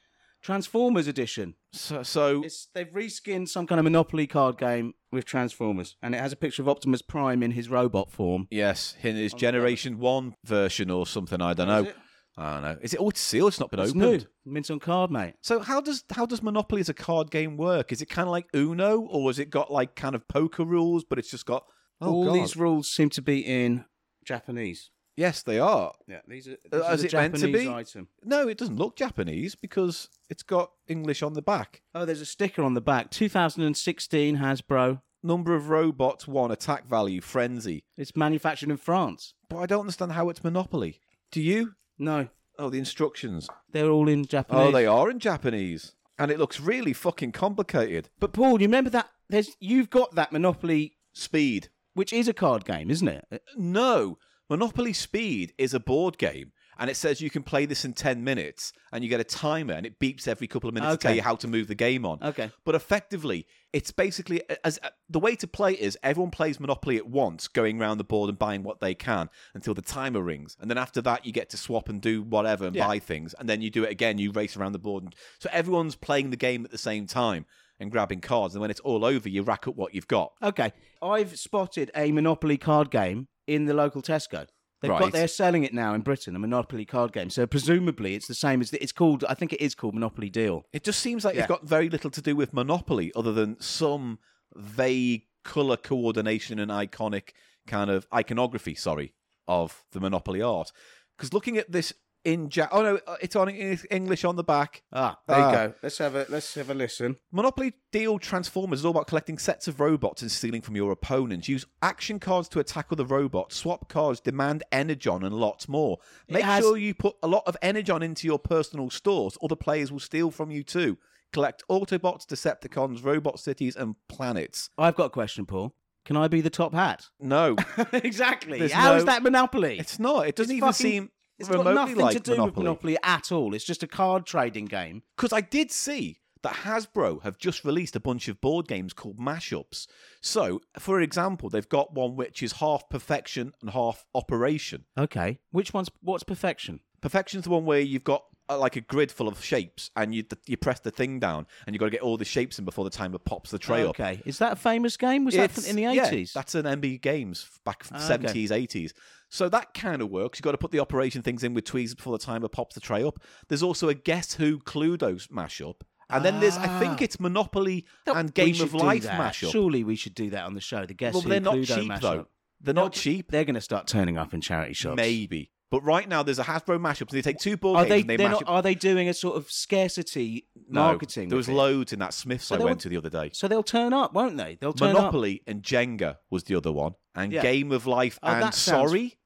S1: Transformers edition.
S2: So, so
S1: It's, they've reskinned some kind of Monopoly card game with Transformers, and it has a picture of Optimus Prime in his robot form.
S2: yes, in his Generation 1 version or something. I don't know.
S1: it?
S2: I don't know. Is it all it's sealed? It's not been
S1: It's
S2: opened.
S1: new, mint on card, mate.
S2: So how does how does Monopoly as a card game work? Is it kind of like Uno, or has it got like kind of poker rules, but it's just got oh,
S1: All
S2: God.
S1: these rules seem to be in Japanese.
S2: Yes, they are.
S1: Yeah, these are.
S2: Uh,
S1: This
S2: is
S1: is a
S2: it meant to
S1: Japanese
S2: be?
S1: item.
S2: No, it doesn't look Japanese because it's got English on the back.
S1: Oh, there's a sticker on the back. 2016 Hasbro.
S2: number of robots one attack value frenzy
S1: It's manufactured in France.
S2: but i don't understand how it's monopoly do you
S1: No,
S2: oh the instructions
S1: they're all in Japanese.
S2: oh they are in japanese and it looks really fucking complicated
S1: But Paul, you remember that? There's you've got that Monopoly
S2: speed
S1: which is a card game, isn't it?
S2: No, Monopoly Speed is a board game, and it says you can play this in ten minutes, and you get a timer, and it beeps every couple of minutes to tell
S1: Okay.
S2: you how to move the game on.
S1: Okay.
S2: But effectively, it's basically as the way to play is everyone plays Monopoly at once, going round the board and buying what they can until the timer rings, and then after that, you get to swap and do whatever and
S1: Yeah.
S2: buy things, and then you do it again. You race around the board, and, so everyone's playing the game at the same time and grabbing cards, and when it's all over, you rack up what you've got.
S1: Okay. I've spotted a Monopoly card game in the local Tesco. They've
S2: Right.
S1: got they're selling it now in Britain, a Monopoly card game. So presumably it's the same as the, it's called I think it is called Monopoly Deal.
S2: It just seems like
S1: Yeah.
S2: it's got very little to do with Monopoly other than some vague colour coordination and iconic kind of iconography, sorry, of the Monopoly art. Because looking at this in ja- oh no, uh, it's on in English on the back.
S1: Ah,
S2: there you
S1: go. Let's have a let's have a listen.
S2: Monopoly Deal Transformers is all about collecting sets of robots and stealing from your opponents. Use action cards to attack other robots, swap cards, demand energon, and lots more. Make
S1: has-
S2: sure you put a lot of energon into your personal stores. Other players will steal from you too. Collect Autobots, Decepticons, robot cities, and planets.
S1: I've got a question, Paul. Can I be the top hat?
S2: No,
S1: exactly. How
S2: There's
S1: is
S2: no-
S1: that Monopoly?
S2: it's not. It doesn't
S1: It's
S2: even
S1: fucking-
S2: seem
S1: It's got
S2: remotely
S1: nothing
S2: like
S1: to do with Monopoly at all. It's just a card trading game.
S2: because I did see that Hasbro have just released a bunch of board games called mashups. So, for example, they've got one which is half perfection and half operation.
S1: Okay. Which one's what's perfection?
S2: Perfection's the one where you've got uh, like a grid full of shapes, and you you press the thing down, and you've got to get all the shapes in before the timer pops the tray up.
S1: Okay. Is that a famous game? Was that
S2: It's-
S1: from- in the
S2: yeah,
S1: eighties?
S2: that's an MB Games back from
S1: Ah, okay.
S2: seventies, eighties. So that kind of works. You've got to put the operation things in with tweezers before the timer pops the tray up. There's also a Guess Who Cluedo mashup, and then there's I think
S1: Ah.
S2: it's Monopoly and Game of Life mashup.
S1: Surely we should do that on the show. The guess
S2: well,
S1: who
S2: they're not
S1: Cluedo
S2: cheap
S1: mashup.
S2: though. They're
S1: No,
S2: not cheap.
S1: They're going to start turning up in charity shops.
S2: Maybe, but right now there's a Hasbro mashup, and they take two board
S1: Are
S2: games
S1: they?
S2: and they
S1: they're
S2: mash
S1: not-
S2: up.
S1: are they doing a sort of scarcity
S2: No,
S1: marketing?
S2: There
S1: with
S2: was
S1: it?
S2: loads in that Smiths I
S1: they
S2: went
S1: were-
S2: to the other day.
S1: So they'll turn up, won't they? They'll turn up.
S2: Monopoly and Jenga was the other one, and
S1: Yeah.
S2: Game of Life
S1: Oh,
S2: and
S1: that sounds-
S2: Sorry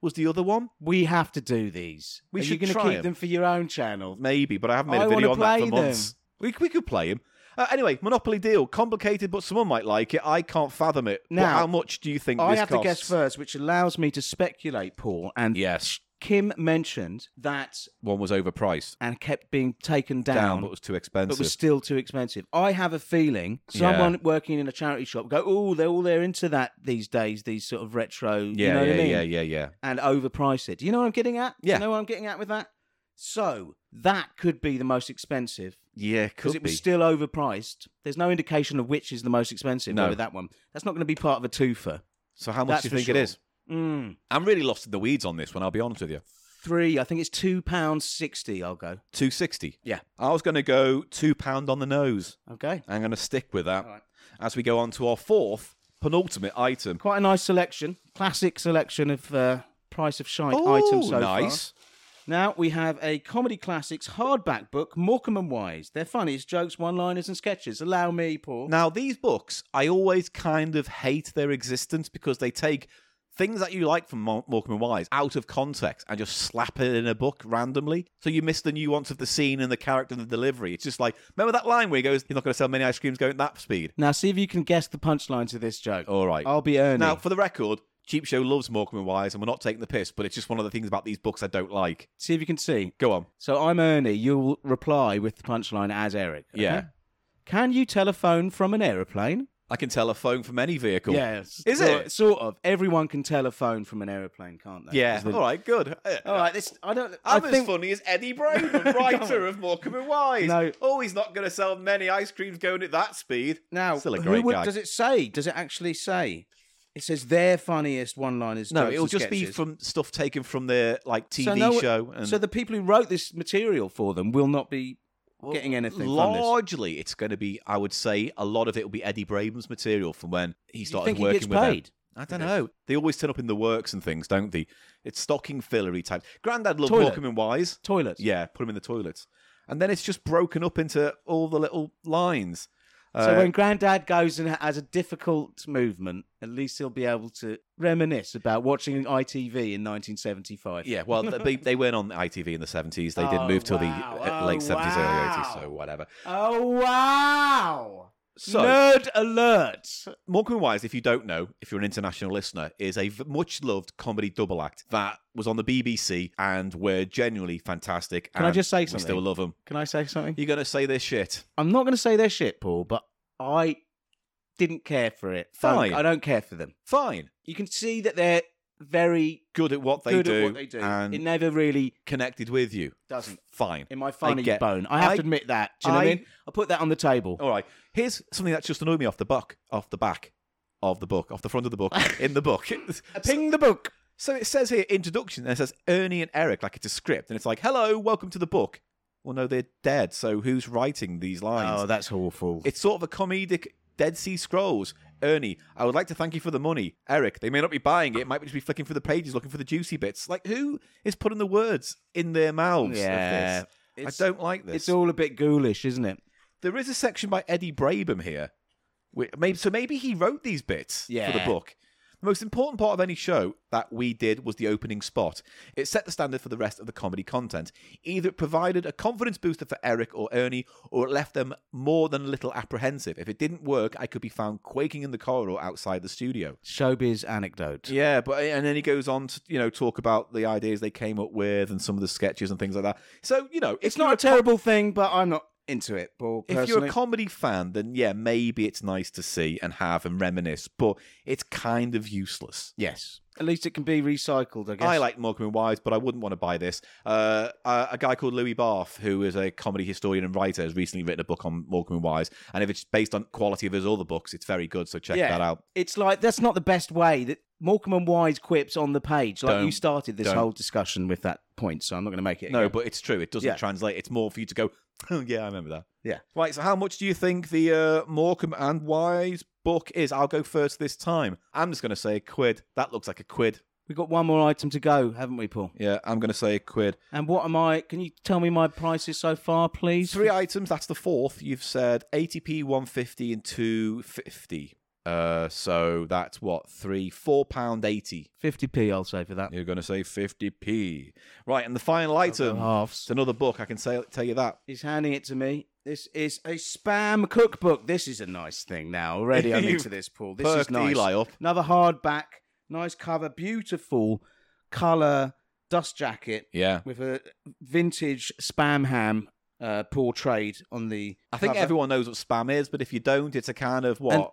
S2: was the other one.
S1: We have to do these.
S2: We
S1: Are
S2: should
S1: you going
S2: try
S1: to keep
S2: 'em.
S1: them for your own channel?
S2: Maybe, but I haven't made
S1: I
S2: a video on
S1: wanna
S2: that for
S1: play
S2: months. We, we could play him. Uh, anyway, Monopoly deal. Complicated, but someone might like it. I can't fathom it. Now,
S1: Now,
S2: how much do you think
S1: I
S2: this
S1: have
S2: costs?
S1: to guess first, which allows me to speculate, Paul. And
S2: Yes,
S1: Kim mentioned that
S2: one was overpriced.
S1: and kept being taken
S2: Down,
S1: down.
S2: but was too expensive.
S1: but was still too expensive. I have a feeling someone
S2: Yeah.
S1: working in a charity shop go, oh, they're all they're into that these days. These sort of retro,
S2: yeah,
S1: you know
S2: yeah,
S1: what I mean?
S2: yeah, yeah, yeah.
S1: and overprice it. Do you know what I'm getting at? Do
S2: Yeah.
S1: you know what I'm getting at with that? So that could be the most expensive
S2: Yeah,
S1: because
S2: could
S1: it
S2: be.
S1: was still overpriced. There's no indication of which is the most expensive.
S2: No.
S1: No, that one. That's not going to be part of a twofer.
S2: so how much
S1: That's
S2: do you
S1: for
S2: think it
S1: sure.
S2: is?
S1: Mm,
S2: I'm really lost in the weeds on this one. I'll be honest with you.
S1: three. I think it's two pounds sixty. I'll go.
S2: Two sixty.
S1: Yeah.
S2: I was going to go two pound on the nose.
S1: Okay.
S2: I'm going to stick with that
S1: All right.
S2: as we go on to our fourth penultimate item.
S1: Quite a nice selection. Classic selection of uh, price of shite items. So far.
S2: nice.
S1: Now we have a comedy classics hardback book, Morecambe and Wise. They're funny, it's jokes, one-liners, and sketches. Allow me, Paul.
S2: Now, these books, I always kind of hate their existence because they take things that you like from Mo- Morecambe and Wise out of context and just slap it in a book randomly. So you miss the nuance of the scene and the character and the delivery. It's just like, remember that line where he goes, You're not going to sell many ice creams going at that speed?
S1: Now see if you can guess the punchline to this joke.
S2: All right.
S1: I'll be Ernie.
S2: now, for the record, Cheap Show loves Morecambe and Wise and we're not taking the piss, but it's just one of the things about these books I don't like.
S1: see if you can see.
S2: Go on.
S1: So I'm Ernie. You'll reply with the punchline as Eric. okay?
S2: Yeah.
S1: Can you telephone from an aeroplane?
S2: I can tell a phone from any vehicle.
S1: Yes.
S2: Is
S1: Sort-
S2: it?
S1: Sort of. Everyone can telephone from an aeroplane, can't they?
S2: Yeah.
S1: Is the-
S2: All right, good. Eh,
S1: All right. This I don't.
S2: I'm
S1: I
S2: as
S1: think
S2: funny as Eddie Braidman,
S1: Go
S2: writer
S1: on.
S2: of Morecambe and Wise.
S1: No.
S2: Oh, he's not going to sell many ice creams going at that speed.
S1: now.
S2: Still a
S1: who
S2: great
S1: would-
S2: guy.
S1: Does it say? Does it actually say? It says their funniest one-liners.
S2: No,
S1: jokes,
S2: it'll
S1: and
S2: just be
S1: sketches.
S2: from stuff taken from their like TV
S1: no-
S2: show. And
S1: So the people who wrote this material for them will not be getting anything from
S2: largely, it's going to be. I would say a lot of it will be Eddie Braidman's material from when he
S1: this. You
S2: started
S1: think he
S2: working
S1: gets
S2: with them.
S1: paid?
S2: I don't
S1: Yes.
S2: know. They always turn up in the works and things, don't they? It's stocking fillery type. Grandad loved
S1: Toilet.
S2: Morecambe and Wise.
S1: Toilets.
S2: Yeah, put him in the toilets, and then it's just broken up into all the little lines.
S1: So
S2: Uh,
S1: when Granddad goes and has a difficult movement, at least he'll be able to reminisce about watching ITV in 1975.
S2: Yeah, well, they, they weren't on ITV in the 70s. They
S1: Oh,
S2: didn't move till e,
S1: wow.
S2: the uh,
S1: Oh,
S2: late 70s, early 80s,
S1: wow.
S2: so whatever.
S1: Oh wow!
S2: So,
S1: Nerd alert.
S2: Monk and Wise, if you don't know, if you're an international listener, is a v- much loved comedy double act that was on the BBC and were genuinely fantastic.
S1: Can I
S2: and
S1: just say
S2: We
S1: something?
S2: still love them.
S1: Can I say something?
S2: You're going to say this shit.
S1: I'm not going to say their shit, Paul, but I didn't care for it. Don't-
S2: Fine.
S1: I don't care for them.
S2: Fine.
S1: You can see that they're very
S2: Good at what they
S1: good
S2: do
S1: at what they do.
S2: and
S1: it never really
S2: connected with you.
S1: doesn't.
S2: Fine.
S1: In my funny
S2: get-
S1: bone, I have
S2: I-
S1: to admit that. Do you know what
S2: I- Oh,
S1: I mean? I put that on the table.
S2: All right. Here's something that's just annoyed me off the buck, off the back of the book, off the front of the book, in the book.
S1: Ping the book.
S2: So it says here introduction, and it says Ernie and Eric, like it's a script, and it's like, hello, welcome to the book. Well, no, they're dead. So who's writing these lines?
S1: Oh, that's awful.
S2: It's sort of a comedic Dead Sea Scrolls. Ernie, I would like to thank you for the money. Eric, they may not be buying it, might just be flicking through the pages looking for the juicy bits. Like, who is putting the words in their mouths?
S1: Yeah.
S2: Of
S1: It's-
S2: this? I don't like this.
S1: it's all a bit ghoulish, isn't it?
S2: there is a section by Eddie Brabham here. Wh- Maybe, so maybe he wrote these bits for the
S1: Yeah.
S2: book. The most important part of any show that we did was the opening spot. It set the standard for the rest of the comedy content. Either it provided a confidence booster for Eric or Ernie, or it left them more than a little apprehensive. If it didn't work, I could be found quaking in the corridor outside the studio.
S1: Showbiz anecdote.
S2: Yeah, but and then he goes on to you know talk about the ideas they came up with and some of the sketches and things like that. So you know, if
S1: It's
S2: you're
S1: not a terrible thing, but I'm not into it, Paul.
S2: if you're
S1: Personally.
S2: a comedy fan, then yeah, maybe it's nice to see and have and reminisce, but it's kind of useless.
S1: yes, at least it can be recycled. I guess.
S2: I like Morecambe and Wise, but I wouldn't want to buy this. Uh, a, a guy called Louis Barth, who is a comedy historian and writer, has recently written a book on Morecambe and Wise, and if it's based on quality of his other books, it's very good. So check
S1: Yeah.
S2: that out.
S1: It's like that's not the best way that Morecambe and Wise quips on the page. Like
S2: Don't-
S1: you started this
S2: don't.
S1: whole discussion with that point, so I'm not going to make it.
S2: No,
S1: again.
S2: but it's true. It doesn't
S1: Yeah.
S2: translate. It's more for you to go. "Oh, yeah, I remember that.
S1: Yeah.
S2: Right. So, how much do you think the uh, Morecambe and Wise book is? I'll go first this time. I'm just going to say a quid. That looks like a quid.
S1: we've got one more item to go, haven't we, Paul?
S2: Yeah, I'm going to say a quid.
S1: And what am I? Can you tell me my prices so far, please?
S2: Three items. That's the fourth. You've said ATP 150 and 250. Uh, so that's what three four pound eighty.
S1: fifty p. I'll say for that.
S2: You're gonna say fifty p, right? And the final item. It's
S1: Halves.
S2: another book. I can say, tell you that.
S1: He's handing it to me. This is a spam cookbook. This is a nice thing now. Already, I'm
S2: You've
S1: into this, Paul. This is
S2: Perked
S1: nice.
S2: Eli up.
S1: Another hardback, nice cover, beautiful color dust jacket
S2: Yeah.
S1: with a vintage spam ham uh, portrayed on the.
S2: I think
S1: cover.
S2: everyone knows what spam is, but if you don't, it's a kind of what?
S1: And-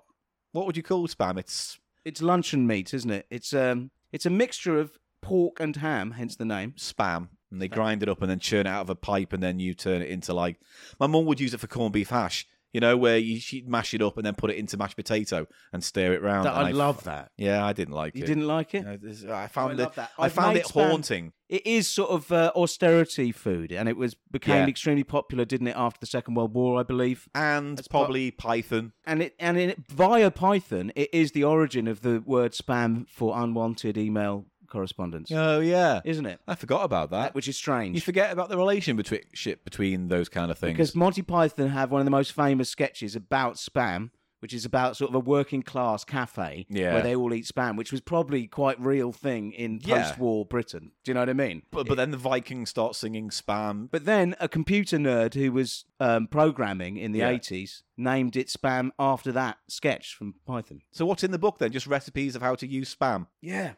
S2: what would you call spam? It's
S1: It's luncheon meat, isn't it? It's um, it's a mixture of pork and ham, hence the name.
S2: spam, and they grind it up and then churn it out of a pipe, and then you turn it into like my mum would use it for corned beef hash. You know, where you she'd mash it up and then put it into mashed potato and stir it round.
S1: That-
S2: and
S1: I love that.
S2: Yeah, I didn't like
S1: You
S2: it.
S1: didn't like it?
S2: You know, this- I
S1: I
S2: found
S1: love
S2: it.
S1: that.
S2: I
S1: I've
S2: found
S1: made
S2: it
S1: spam-
S2: haunting.
S1: It is sort of uh, austerity food, and it was became
S2: Yeah.
S1: extremely popular, didn't it, after the Second World War, I believe.
S2: And
S1: That's
S2: probably Python.
S1: And it and in, via Python, it is the origin of the word spam for unwanted email correspondence,
S2: Oh yeah,
S1: isn't it?
S2: I forgot about that.
S1: Which is strange.
S2: You forget about the relation between shit between those kind of things.
S1: Because Monty Python have one of the most famous sketches about spam, which is about sort of a working class cafe
S2: Yeah.
S1: where they all eat spam, which was probably quite real thing in
S2: Yeah.
S1: post war Britain. Do you know what I mean?
S2: but, but then the Vikings start singing spam.
S1: But then a computer nerd who was um, programming in the
S2: Yeah.
S1: 80s named it spam after that sketch from Python.
S2: So what's in the book then? Just recipes of how to use spam.
S1: Yeah.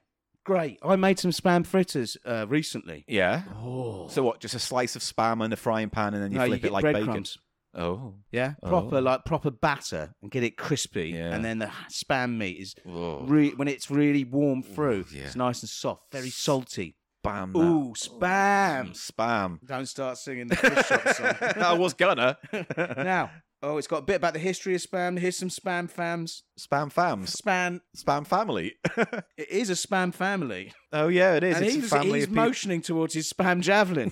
S1: Great. I made some spam fritters uh, recently.
S2: Yeah.
S1: Oh.
S2: So what? Just a slice of spam in a frying pan, and then you
S1: no,
S2: flip
S1: you
S2: it
S1: get
S2: like bacon.
S1: breadcrumbs.
S2: Oh.
S1: Yeah,
S2: Oh.
S1: proper like proper batter and get it crispy,
S2: Yeah. Oh.
S1: and then the spam meat is re- when it's really warm through. It's nice and soft, very salty.
S2: Bam. that. Hmm,
S1: Ooh,
S2: Mm.
S1: spam!
S2: Spam.
S1: Don't start singing the fish shop song
S2: I was gonna.
S1: now. Oh, it's got a bit about the history of spam. Here's some spam fams.
S2: Spam fams.
S1: Spam.
S2: Spam family.
S1: It is a spam family,
S2: oh yeah, it is.
S1: and
S2: it's
S1: he's,
S2: a family
S1: he's
S2: of people.
S1: motioning towards his spam javelin.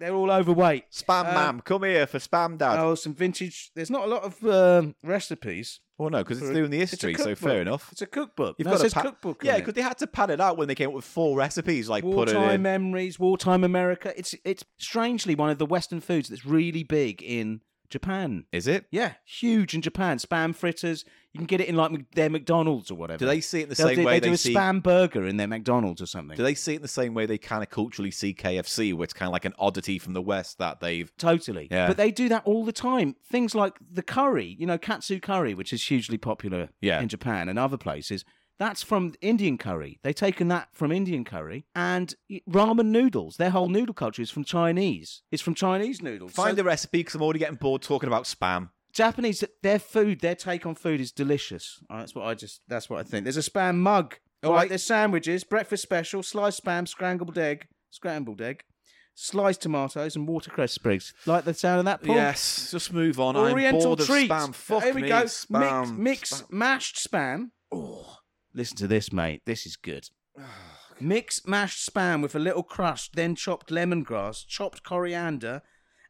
S1: They're all overweight.
S2: Spam
S1: Uh,
S2: mam, come here for spam dad.
S1: Oh, some vintage. There's not a lot of um, recipes.
S2: well, no, because it's
S1: for-
S2: doing the
S1: it's a
S2: history, so
S1: cookbook.
S2: fair enough.
S1: It's a cookbook.
S2: You've
S1: No,
S2: got
S1: it
S2: a
S1: says
S2: pa-
S1: cookbook. on
S2: Yeah,
S1: it.
S2: because they had to pad it out when they came up with four recipes. Like put it
S1: wartime
S2: in.
S1: memories, wartime America. It's it's strangely one of the Western foods that's really big in Japan.
S2: Is it?
S1: Yeah, huge in Japan. Spam fritters. You can get it in like Mc- their McDonald's or whatever.
S2: Do they see it the
S1: They'll
S2: same
S1: do,
S2: way
S1: they,
S2: they,
S1: do a
S2: see?
S1: spam burger in their McDonald's or something?
S2: Do they see it in the same way they kind of culturally see KFC, where it's kind of like an oddity from the West that they've
S1: Totally.
S2: Yeah.
S1: But they do that all the time. Things like the curry, you know, katsu curry, which is hugely popular
S2: Yeah.
S1: in Japan and other places. That's from Indian curry. They've taken that from Indian curry and ramen noodles. Their whole noodle culture is from Chinese. It's from Chinese noodles.
S2: find
S1: So
S2: the recipe because I'm already getting bored talking about spam.
S1: Japanese. Their food, their take on food is delicious. Uh, that's what I just. That's what I think. There's a spam mug. All
S2: right.
S1: right. There's sandwiches, breakfast special, sliced spam, scrambled egg, scrambled egg, sliced tomatoes, and watercress sprigs. Like the sound of that. Paul?
S2: Yes, just move on. I'm
S1: Oriental
S2: bored
S1: treat.
S2: of spam. Fuck
S1: Here we
S2: me,
S1: go. mix,
S2: Spam.
S1: mix
S2: Spam.
S1: mashed spam.
S2: Oh.
S1: Listen to this, mate. This is good. mix mashed spam with a little crushed, then chopped lemongrass, chopped coriander,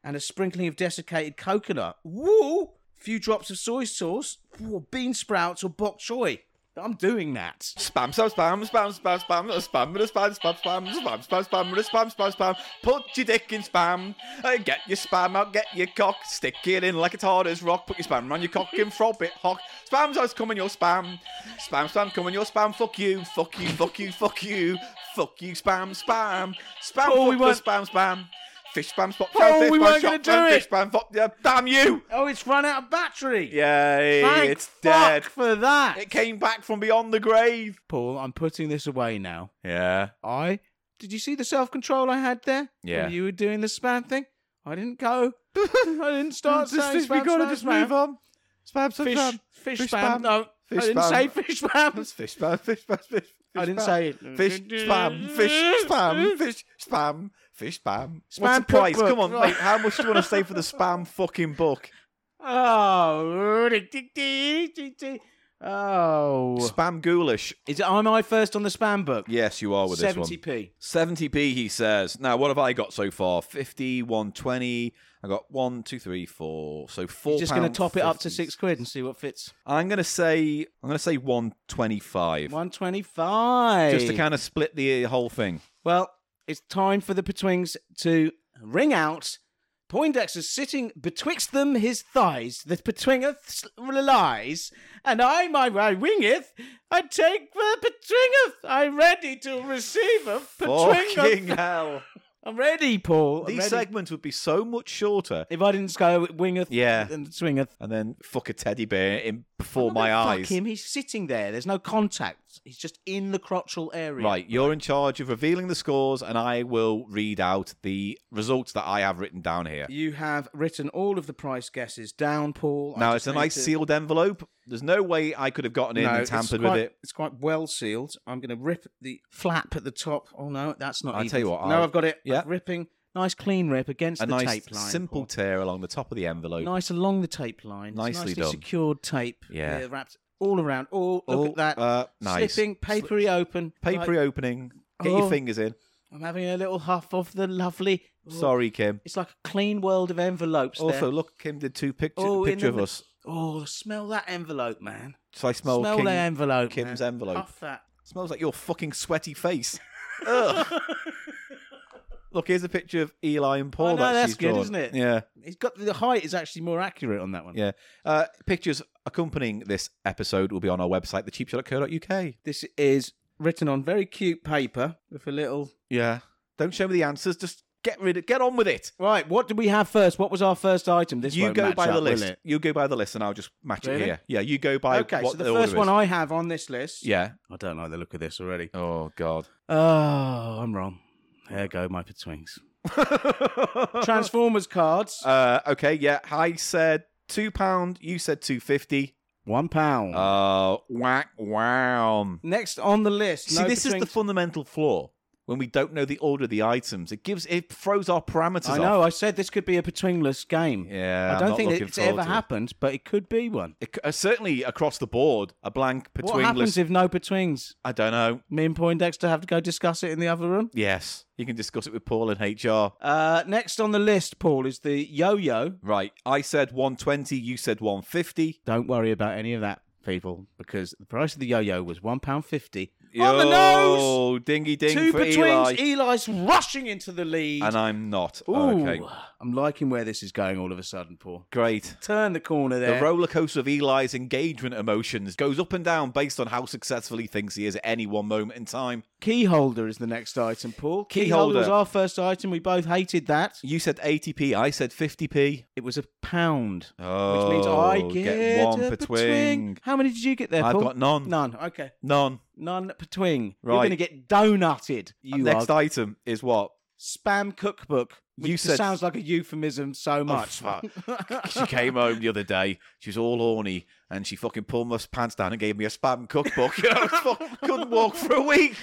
S1: and a sprinkling of desiccated coconut. Woo! Few drops of soy sauce, Ooh, bean sprouts, or bok choy. I'm doing that.
S2: Spam, spam, spam, spam, spam, spam, spam, spam, spam, spam, spam, spam, spam, spam, spam, spam, spam. Put your dick in spam. Uh, Get your spam out, get your cock. Stick it in like it's hard as rock. Put your spam round your cock and throb it hock. Spam's always coming your spam. Spam, spam, coming your spam. Fuck you, fuck you, fuck you, fuck you. Fuck you, spam, spam. Spam,
S1: Paul, Oh, we
S2: fuck the
S1: weren't-
S2: spam, spam. Fish spam, spot
S1: Paul,
S2: spam, fish
S1: we
S2: spam,
S1: weren't gonna
S2: shot spam,
S1: do
S2: fish spam, fuck yeah, damn you.
S1: Oh, it's run out of battery.
S2: Yay,
S1: Thank
S2: it's
S1: fuck
S2: dead.
S1: for that.
S2: It came back from beyond the grave.
S1: Paul, I'm putting this away now.
S2: Yeah.
S1: I did you see the self control I had there?
S2: Yeah.
S1: When you were doing the spam thing. I didn't go. I didn't start saying spam. spam, spam.
S2: on. Spam,
S1: Fish, fish,
S2: Fish
S1: spam.
S2: spam.
S1: No,
S2: Fish
S1: I didn't
S2: spam.
S1: say fish spam.
S2: Fish spam, fish spam, fish.
S1: I didn't say it.
S2: Fish spam, fish spam, fish spam, fish spam. What's the
S1: Spam
S2: price?
S1: cookbook.
S2: Come on,
S1: Right.
S2: mate. How much do you want to say for the spam fucking book?
S1: Oh, oh.
S2: Spam goulash.
S1: Is it? Am I first on the spam book?
S2: Yes, you are with this one.
S1: 70p.
S2: 70p, he says. Now, what have I got so far? 50, 120. I got one, two, three, four. So four.
S1: You're just going to
S2: pound
S1: top it up to
S2: 50.
S1: six quid and see what fits.
S2: I'm gonna say. I'm gonna say one twenty-five.
S1: One twenty-five.
S2: Just to kind of split the uh, whole thing.
S1: Well, it's time for the Betwings to ring out. Poindexter's sitting betwixt them his thighs, that betwingeth lies, and I my way wingeth, I take the betwingeth, I'm ready to receive a
S2: Fucking
S1: betwingeth.
S2: hell.
S1: I'm ready, Paul. I'm
S2: These
S1: ready.
S2: segments would be so much shorter.
S1: if I didn't go wingeth
S2: Yeah.
S1: and swingeth.
S2: And then fuck a teddy bear in before
S1: I'm not
S2: my
S1: gonna
S2: eyes.
S1: Fuck him, he's sitting there, there's no contact. He's just in the crotchal area.
S2: Right, you're in charge of revealing the scores, and I will read out the results that I have written down here.
S1: You have written all of the price guesses down, Paul. I
S2: Now,
S1: just
S2: it's a
S1: need
S2: nice
S1: to-
S2: sealed envelope. There's no way I could have gotten in and
S1: it's
S2: tampered
S1: quite,
S2: with it.
S1: It's quite well sealed. I'm going to rip the flap at the top. Oh no, that's not.
S2: I'll
S1: even-
S2: tell you what,
S1: No,
S2: I'll-
S1: have got it.
S2: Yeah.
S1: I'm ripping nice clean rip against
S2: A
S1: the
S2: nice,
S1: tape line.
S2: simple
S1: Paul.
S2: tear along the top of the envelope.
S1: nice along the tape line. It's
S2: Nicely
S1: nicely
S2: done.
S1: secured tape.
S2: Yeah.
S1: uh, wrapped all around. All look
S2: Oh,
S1: at that.
S2: uh, nice.
S1: Slipping, papery open.
S2: Papery
S1: Like,
S2: opening. Get your
S1: Oh.
S2: fingers in.
S1: I'm having a little huff of the lovely. oh,
S2: Sorry, Kim.
S1: It's like a clean world of envelopes. there.
S2: Also, look, Kim did two pictures
S1: Oh, in
S2: picture
S1: the
S2: of
S1: mi-
S2: us.
S1: oh, smell that envelope, man.
S2: So I smell,
S1: smell
S2: Oh, King-
S1: that envelope.
S2: Kim's
S1: man.
S2: envelope.
S1: Huff that.
S2: Smells like your fucking sweaty face. Ugh. Look, here's a picture of Eli and Paul.
S1: I know,
S2: that
S1: that's
S2: she's
S1: good,
S2: drawn.
S1: isn't it?
S2: Yeah,
S1: He's got the height is actually more accurate on that one.
S2: yeah. Uh, pictures accompanying this episode will be on our website, thecheapshot.co.uk.
S1: This is written on very cute paper with a little.
S2: Yeah. Don't show me the answers. Just get rid of. Get on with it.
S1: Right, what did we have first? What was our first item? This
S2: you
S1: won't
S2: go
S1: match
S2: by
S1: up,
S2: the
S1: will
S2: list.
S1: it?
S2: You go by the list, and I'll just match
S1: Really?
S2: it here. Yeah, you go by.
S1: okay,
S2: what
S1: so the,
S2: order
S1: first
S2: is.
S1: one I have on this list.
S2: Yeah.
S1: I don't like the look of this already.
S2: Oh God.
S1: Oh, I'm wrong. There go my petwings. Transformers cards,
S2: uh, okay. Yeah. I said two pound. You said two fifty.
S1: one pound.
S2: Uh, whack, wow.
S1: Next on the list.
S2: See,
S1: no
S2: this is the
S1: betwings.
S2: fundamental flaw when we don't know the order of the items. It gives it throws our parameters
S1: I know.
S2: off.
S1: I said this could be a betwingless game.
S2: Yeah,
S1: I
S2: I'm
S1: don't
S2: not
S1: think
S2: looking
S1: it's
S2: forward
S1: ever
S2: to it.
S1: happened, but it could be one.
S2: It c- uh, certainly across the board, a blank between
S1: What happens if no betwings?
S2: I don't know.
S1: Me and Poindexter have to go discuss it in the other room.
S2: Yes, you can discuss it with Paul in HR.
S1: Uh, next on the list, Paul, is the yo-yo.
S2: Right, I said 120, you said 150.
S1: Don't worry about any of that, people, because the price of the yo-yo was one pound fifty. On the nose!
S2: Oh, dingy ding
S1: Two
S2: for
S1: betweens.
S2: Eli.
S1: Eli's rushing into the lead.
S2: and I'm not.
S1: Ooh,
S2: Okay,
S1: I'm liking where this is going all of a sudden, Paul.
S2: great.
S1: Turn the corner there.
S2: The roller coaster of Eli's engagement emotions goes up and down based on how successful he thinks he is at any one moment in time.
S1: Key holder is the next item, Paul. Key,
S2: Keyholder.
S1: holder was our first item. We both hated that.
S2: You said 80p, I said 50p.
S1: It was a pound,
S2: Oh,
S1: which means I get,
S2: get, one
S1: a
S2: per
S1: betwing.
S2: twing.
S1: How many did you get there,
S2: I've
S1: Paul?
S2: got none.
S1: None. Okay.
S2: None.
S1: None per twing. You're
S2: Right.
S1: going to get donutted. You
S2: Next
S1: are
S2: item is what?
S1: spam cookbook. Which
S2: You said- Oh,
S1: sounds like a euphemism so much.
S2: fuck. She came home the other day. She was all horny, and she fucking pulled my pants down and gave me a spam cookbook. You know, I was fuck- couldn't walk for a week.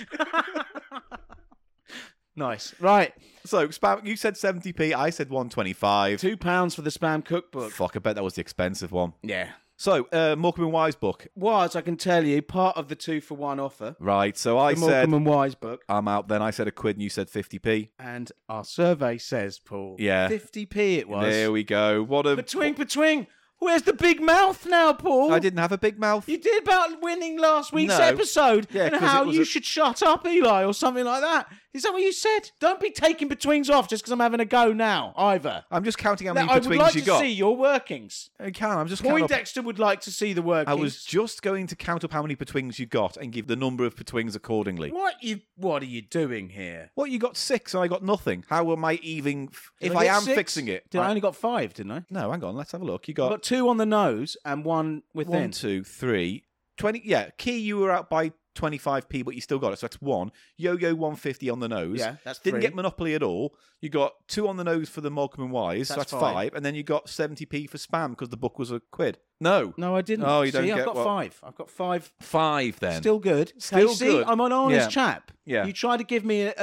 S1: nice. Right.
S2: So spam. You said seventy p. I said one twenty five.
S1: Two pounds for the spam cookbook.
S2: Fuck, I bet that was the expensive one.
S1: Yeah.
S2: So uh, Morecambe and Wise book.
S1: Was, I can tell you, part of the two for one offer.
S2: Right. So I
S1: the
S2: said
S1: Morecambe and Wise book.
S2: I'm out. Then I said a quid, and you said fifty p.
S1: And our survey says, Paul.
S2: Yeah.
S1: 50p it was.
S2: There we go. What a.
S1: Betwing, betwing. Where's the big mouth now, Paul?
S2: I didn't have a big mouth.
S1: You did about winning last week's
S2: No.
S1: episode
S2: Yeah,
S1: and
S2: 'cause it
S1: how
S2: was
S1: you
S2: a-
S1: should shut up, Eli, or something like that. Is that what you said? Don't be taking betweens off just because I'm having a go now, either.
S2: I'm just counting how
S1: Now,
S2: many
S1: I would
S2: betwings
S1: like
S2: you
S1: to
S2: got.
S1: see your workings.
S2: I can. I'm just counting. up-
S1: Poindexter would like to see the workings.
S2: I was just going to count up how many betwings you got and give the number of betwings accordingly.
S1: What you? What are you doing here?
S2: What you got six and I got nothing. How am I even? f-
S1: Did
S2: if I,
S1: get
S2: am
S1: six?
S2: fixing it,
S1: did I,
S2: I-
S1: only got five? Didn't I?
S2: no. Hang on, let's have a look. You
S1: I
S2: got,
S1: got two on the nose and one within.
S2: one, two, three, twenty. Yeah, key. You were out by twenty-five p, but you still got it. So that's one. Yo-yo one fifty on the nose.
S1: Yeah, that's
S2: Didn't
S1: three.
S2: get monopoly at all. You got two on the nose for the Morecambe and Wise. so
S1: That's
S2: that's
S1: fine.
S2: five, and then you got seventy p for spam because the book was a quid. No,
S1: No, I didn't.
S2: Oh, you don't
S1: See, I've
S2: get
S1: got
S2: what-
S1: five. I've got five.
S2: five then.
S1: Still good.
S2: Still
S1: Casey,
S2: good.
S1: I'm an honest
S2: Yeah.
S1: chap.
S2: Yeah.
S1: You tried to give me a,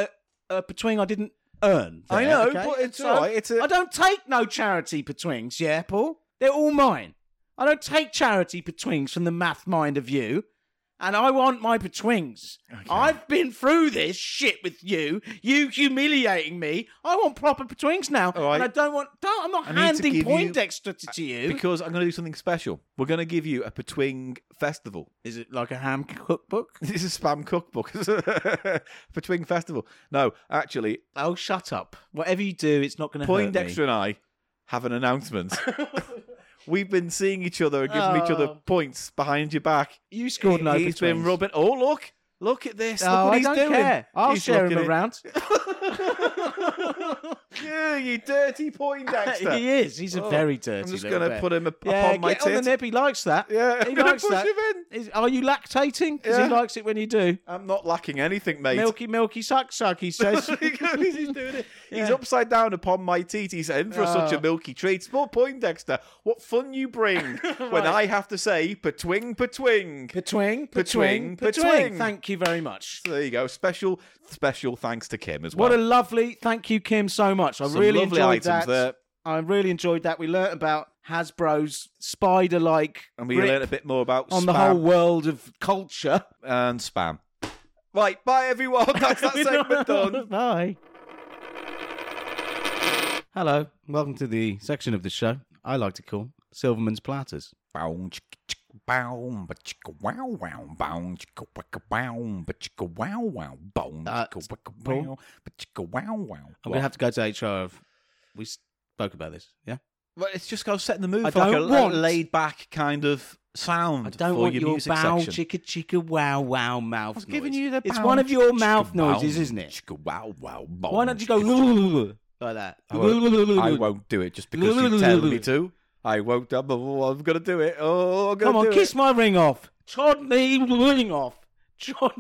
S1: a, a between I didn't earn.
S2: I
S1: there,
S2: know,
S1: okay?
S2: but it's
S1: so
S2: all right. It's a,
S1: I don't take no charity betwings, yeah, Paul? They're all mine. I don't take charity betwings from the math mind of you. And I want my betwings. I've been through this shit with you. You humiliating me. I want proper betwings now.
S2: All right.
S1: And I don't want. Don't, I'm not
S2: I need to
S1: handing
S2: give you-
S1: Poindexter to, to you.
S2: because I'm going to do something special. We're going to give you a betwing festival.
S1: Is it like a ham cookbook?
S2: This is spam cookbook. between festival. No, actually,
S1: Oh, shut up. Whatever you do, it's not going to hurt me.
S2: Poindexter and I have an announcement. We've been seeing each other and giving each other
S1: Oh.
S2: points behind your back.
S1: You scored no
S2: He's been
S1: betwings.
S2: rubbing. Oh look, look at this.
S1: No,
S2: look what
S1: I
S2: he's
S1: don't
S2: doing.
S1: care. I'll
S2: He's
S1: share him
S2: looking at-
S1: around.
S2: Yeah, you dirty Poindexter.
S1: he is. He's a
S2: Oh,
S1: very dirty.
S2: I'm just
S1: little
S2: gonna
S1: bear.
S2: put him up
S1: yeah,
S2: upon my
S1: get on the
S2: tit.
S1: nip. He likes that.
S2: Yeah,
S1: he
S2: I'm gonna
S1: likes
S2: push
S1: that.
S2: him in.
S1: Is- are you lactating? Because
S2: Yeah.
S1: he likes it when you do.
S2: I'm not lacking anything, mate.
S1: Milky, milky, suck, suck. He says.
S2: he's doing it. He's
S1: Yeah.
S2: upside down upon my teat. He's in for such
S1: Oh.
S2: a milky treat. Small Poindexter, what fun you bring when I have to say betwing, betwing.
S1: Betwing, betwing, betwing.
S2: Betwing, betwing.
S1: Thank you very much.
S2: So there you go. Special, special thanks to Kim as well.
S1: What a lovely thank you, Kim, so much. I
S2: Some
S1: really
S2: lovely
S1: enjoyed that.
S2: items there.
S1: I really enjoyed that. We learnt about Hasbro's spider-like
S2: And we
S1: grip
S2: learn a bit more about
S1: on
S2: spam
S1: the whole world of culture.
S2: and spam. Right, bye everyone. That's that segment done.
S1: Bye. Hello, welcome to the section of the show I like to call Silverman's Platters.
S4: Bow, chicka, chicka, bow, ba, chicka, wow, wow, bow, chicka, wicka, bow, ba, chicka, wow, wow, bow,
S1: Uh,
S4: chicka, wicka,
S1: Paul?
S4: wow, ba, chicka, wow, wow.
S1: I'm going to have to go to HR. Of, we spoke about this, yeah?
S2: Well, it's just kind of setting the mood
S1: I
S2: for like a
S1: don't want-
S2: laid back kind of sound
S1: I don't
S2: for
S1: want
S2: your,
S1: your,
S2: music
S1: bow,
S2: section.
S1: chicka, chicka, wow, wow mouth noise.
S2: giving you the
S1: it's
S2: bow,
S1: one of your mouth
S4: Chicka,
S1: noises,
S4: bow,
S1: isn't it?
S4: Chicka, wow, wow, bow.
S1: Why don't you go like that?
S2: I won't, I won't do it just because you tell me to. I won't. I'm, I'm gonna do it. Oh, I'm gonna
S1: Come on,
S2: do
S1: kiss
S2: It.
S1: my ring off. Trod me ring off. Trod,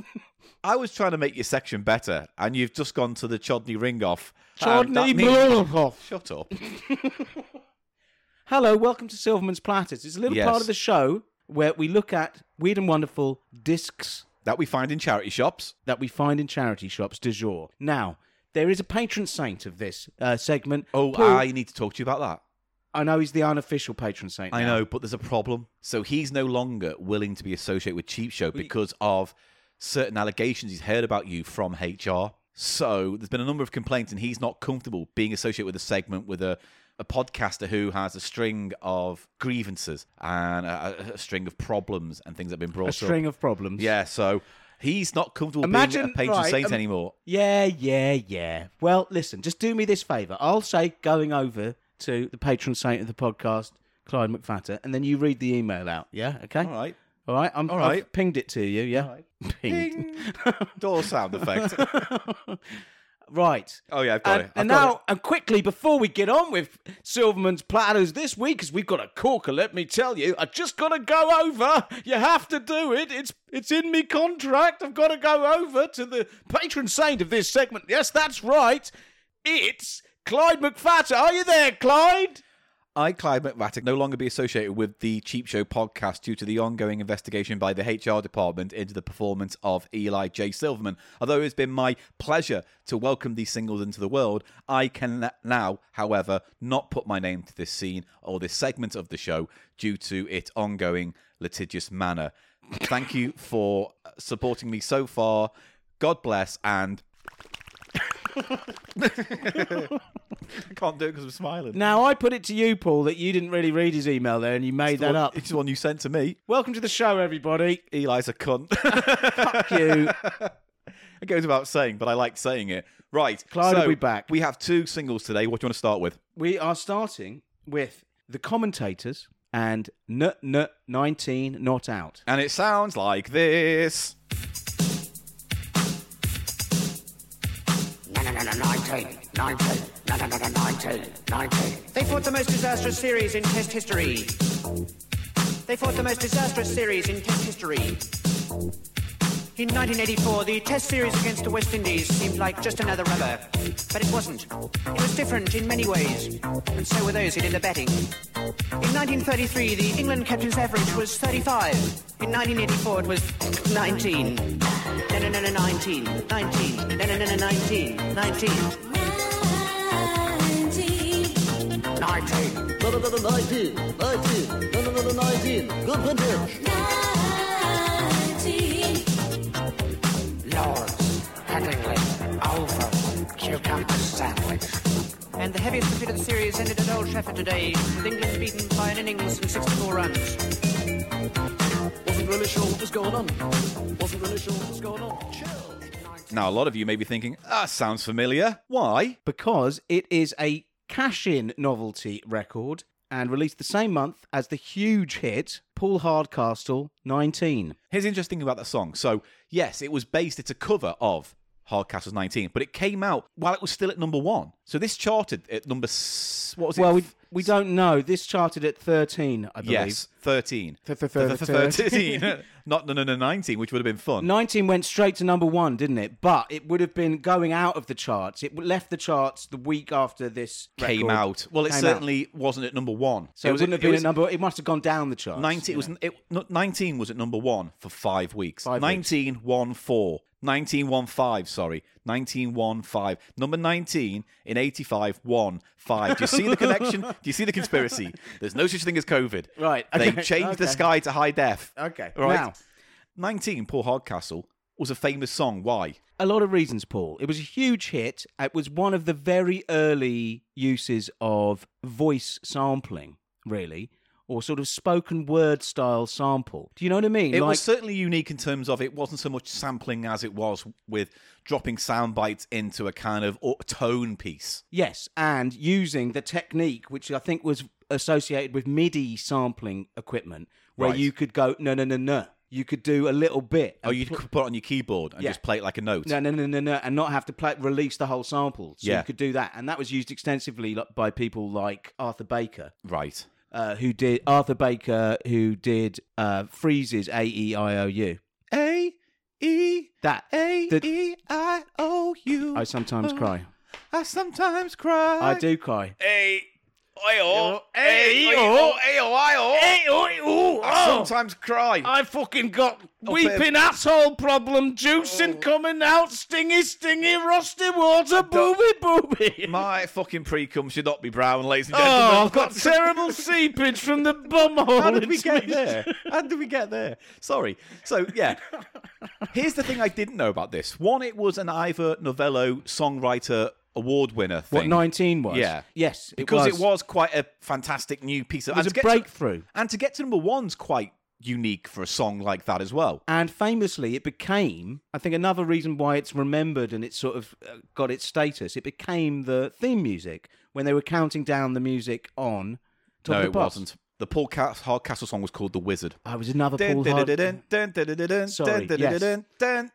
S2: I was trying to make your section better, and you've just gone to the Chodney ring off.
S1: trod
S2: Um, that
S1: me
S2: means-
S1: ring off.
S2: Shut up.
S1: Hello, welcome to Silverman's Platters. It's a little
S2: Yes.
S1: part of the show where we look at weird and wonderful discs
S2: that we find in charity shops.
S1: that we find in charity shops du jour. Now, there is a patron saint of this uh, segment.
S2: Oh,
S1: Paul-
S2: I need to talk to you about that.
S1: I know he's the unofficial patron saint.
S2: I
S1: now.
S2: know, but there's a problem. So he's no longer willing to be associated with Cheap Show because of certain allegations he's heard about you from HR. So there's been a number of complaints, and he's not comfortable being associated with a segment with a, a podcaster who has a string of grievances and a, a- a string of problems and things that have been brought
S1: A
S2: up.
S1: string of problems.
S2: Yeah, so He's not comfortable being
S1: Imagine-
S2: a patron
S1: right,
S2: saint
S1: um,
S2: anymore.
S1: Yeah, yeah, yeah. Well, listen, just do me this favour. I'll say going over to the patron saint of the podcast, Clyde McFatter, and then you read the email out. Yeah, okay.
S2: All right.
S1: All right. I'm,
S2: All
S1: I've
S2: right.
S1: pinged it to you. Yeah. Pinged.
S2: Door sound effect.
S1: Right.
S2: Oh, yeah, I've got
S1: And,
S2: it. I've
S1: and
S2: got
S1: now, and quickly before we get on with Silverman's platters this week, because we've got a corker. Let me tell you, I just got to go over. You have to do it. It's it's in me contract. I've got to go over to the patron saint of this segment. Yes, that's right. It's Clyde McFatter. Are you there, Clyde?
S2: I, Clive McVatic, no longer be associated with the Cheap Show podcast due to the ongoing investigation by the HR department into the performance of Eli J. Silverman. Although it's been my pleasure to welcome these singles into the world, I can now, however, not put my name to this scene or this segment of the show due to its ongoing litigious manner. Thank you for uh, supporting me so far. God bless and. I can't do it because I'm smiling.
S1: Now I put it to you, Paul, that you didn't really read his email there, and you made that
S2: Well,
S1: up.
S2: It's the one you sent to me.
S1: Welcome to the show, everybody.
S2: Eli's a cunt.
S1: You
S2: it goes without saying, but I like saying it. Right.
S1: Clyde
S2: so
S1: will be back.
S2: We have two singles today. What do you want to start with?
S1: we are starting with the commentators and n n 19 not out
S2: And it sounds like this.
S5: No, no, no, no, 19, 19, no, no, no, no, 19, 19.
S6: They fought the most disastrous series in Test history. They fought the most disastrous series in Test history. In 1984, the Test series against the West Indies seemed like just another rubber. But it wasn't. It was different in many ways. And so were those who did the batting. In 1933, the England captain's average was 35. In 1984, it was 19. No, no, no, no, 19. 19. No, no, no, no, 19.
S7: 19.
S6: 19.
S5: 19.
S8: No, no, no, no, 19, 19, no, no, no, no, 19. Good winter.
S7: 19.
S5: Lords, Headingley, Oval, Cucumber Sandwich.
S6: And the heaviest defeat of the series ended at Old Trafford today, with England beaten by an innings and 64 runs.
S8: Wasn't really sure what was going on. Wasn't really sure what was going on.
S2: Now, a lot of you may be thinking, that sounds familiar. Why?
S1: because it is a cash in novelty record and released the same month as the huge hit Paul Hardcastle 19.
S2: Here's the interesting thing about that song. So, yes, it was based, it's a cover of Hardcastle's 19, but it came out while it was still at number one. So this charted at number, s- what was it?
S1: Well, we, we don't know. This charted at 13, I believe.
S2: Yes, 13.
S1: Th- th- th- th-
S2: 13. Not no, no, no, 19, which would have been fun.
S1: 19 went straight to number one, didn't it? But it would have been going out of the charts. It left the charts the week after this
S2: came
S1: record
S2: out. Well, it
S1: came out.
S2: certainly wasn't at number one.
S1: So it,
S2: was
S1: wouldn't have been
S2: was
S1: at number. It must have gone down the charts.
S2: 19, it was, it, no, 19 was at number one for five weeks.
S1: Five weeks.
S2: 19, 1, 4. 19, 1, 5, sorry. 19, 1, 5. Number 19 in 85, 1, 5. Do you see the connection? Do you see the conspiracy? There's no such thing as COVID.
S1: Right,
S2: They
S1: okay,
S2: changed the
S1: okay.
S2: sky to high def.
S1: Okay,
S2: All Right.
S1: now-
S2: 19, Paul Hardcastle, was a famous song. Why?
S1: a lot of reasons, Paul. It was a huge hit. It was one of the very early uses of voice sampling, really, or sort of spoken word style sample. Do you know what I mean?
S2: It was certainly unique in terms of it wasn't so much sampling as it was with dropping sound bites into a kind of au- tone piece.
S1: yes, and using the technique which I think was associated with MIDI sampling equipment, where
S2: Right.
S1: you could go no no no no. You could do a little bit.
S2: Oh,
S1: and
S2: you
S1: pl-
S2: could put it on your keyboard and
S1: Yeah.
S2: just play it like a note.
S1: no no no no no, and not have to play release the whole sample. So
S2: Yeah.
S1: you could do that, and that was used extensively like, by people like Arthur Baker.
S2: Right.
S1: uh, who did Arthur Baker, who did uh, Freeze's A E I O U.
S2: A E
S1: That
S2: A
S1: that-
S2: E I O U.
S1: I sometimes cry.
S2: I sometimes cry.
S1: I do cry.
S2: I sometimes cry.
S1: oh, I fucking got
S2: Oh,
S1: weeping asshole problem, juicing coming out, stingy, stingy, rusty water, booby, booby.
S2: My fucking precum should not be brown, ladies and gentlemen.
S1: Oh, I've got terrible seepage from the bumhole.
S2: How did we
S1: It's
S2: get
S1: me.
S2: there? How did we get there? Sorry. So yeah, here's the thing I didn't know about this. One, it was an Ivor Novello songwriter award winner thing.
S1: What 19 was?
S2: Yeah.
S1: Yes.
S2: because it was quite a fantastic new piece of.
S1: It was
S2: and
S1: a
S2: to get to-
S1: breakthrough.
S2: and to get to number one's quite unique for a song like that as well.
S1: And famously, it became, I think, another reason why it's remembered and it's sort of uh, got its status. It became the theme music when they were counting down the music on Top
S2: no,
S1: of the
S2: it
S1: Pops.
S2: wasn't. The Paul Ca- Hardcastle song was called "The Wizard."
S1: I was another Paul Hard- Sorry, yes.
S2: That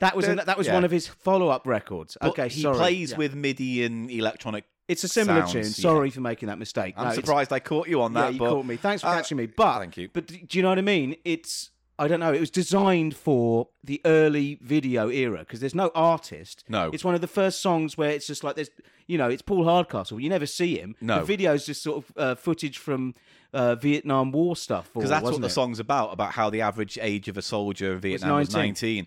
S1: That was an, that was one of his follow up records. okay,
S2: he
S1: sorry.
S2: plays
S1: Yeah.
S2: with MIDI and electronic.
S1: It's a similar
S2: sounds,
S1: tune.
S2: yeah.
S1: Sorry for making that mistake.
S2: I'm
S1: No, it's-
S2: surprised I caught you on that.
S1: yeah, you
S2: but,
S1: caught me. Thanks for
S2: uh,
S1: catching me. But
S2: thank you.
S1: But d- do you know what I mean? It's I don't know. It was designed for the early video era because there's no artist.
S2: No.
S1: it's one of the first songs where it's just like there's you know it's Paul Hardcastle. You never see him.
S2: No.
S1: the video's just sort of uh, footage from uh, Vietnam War stuff.
S2: because that's what the song's about about how the average age of a soldier in Vietnam was 19.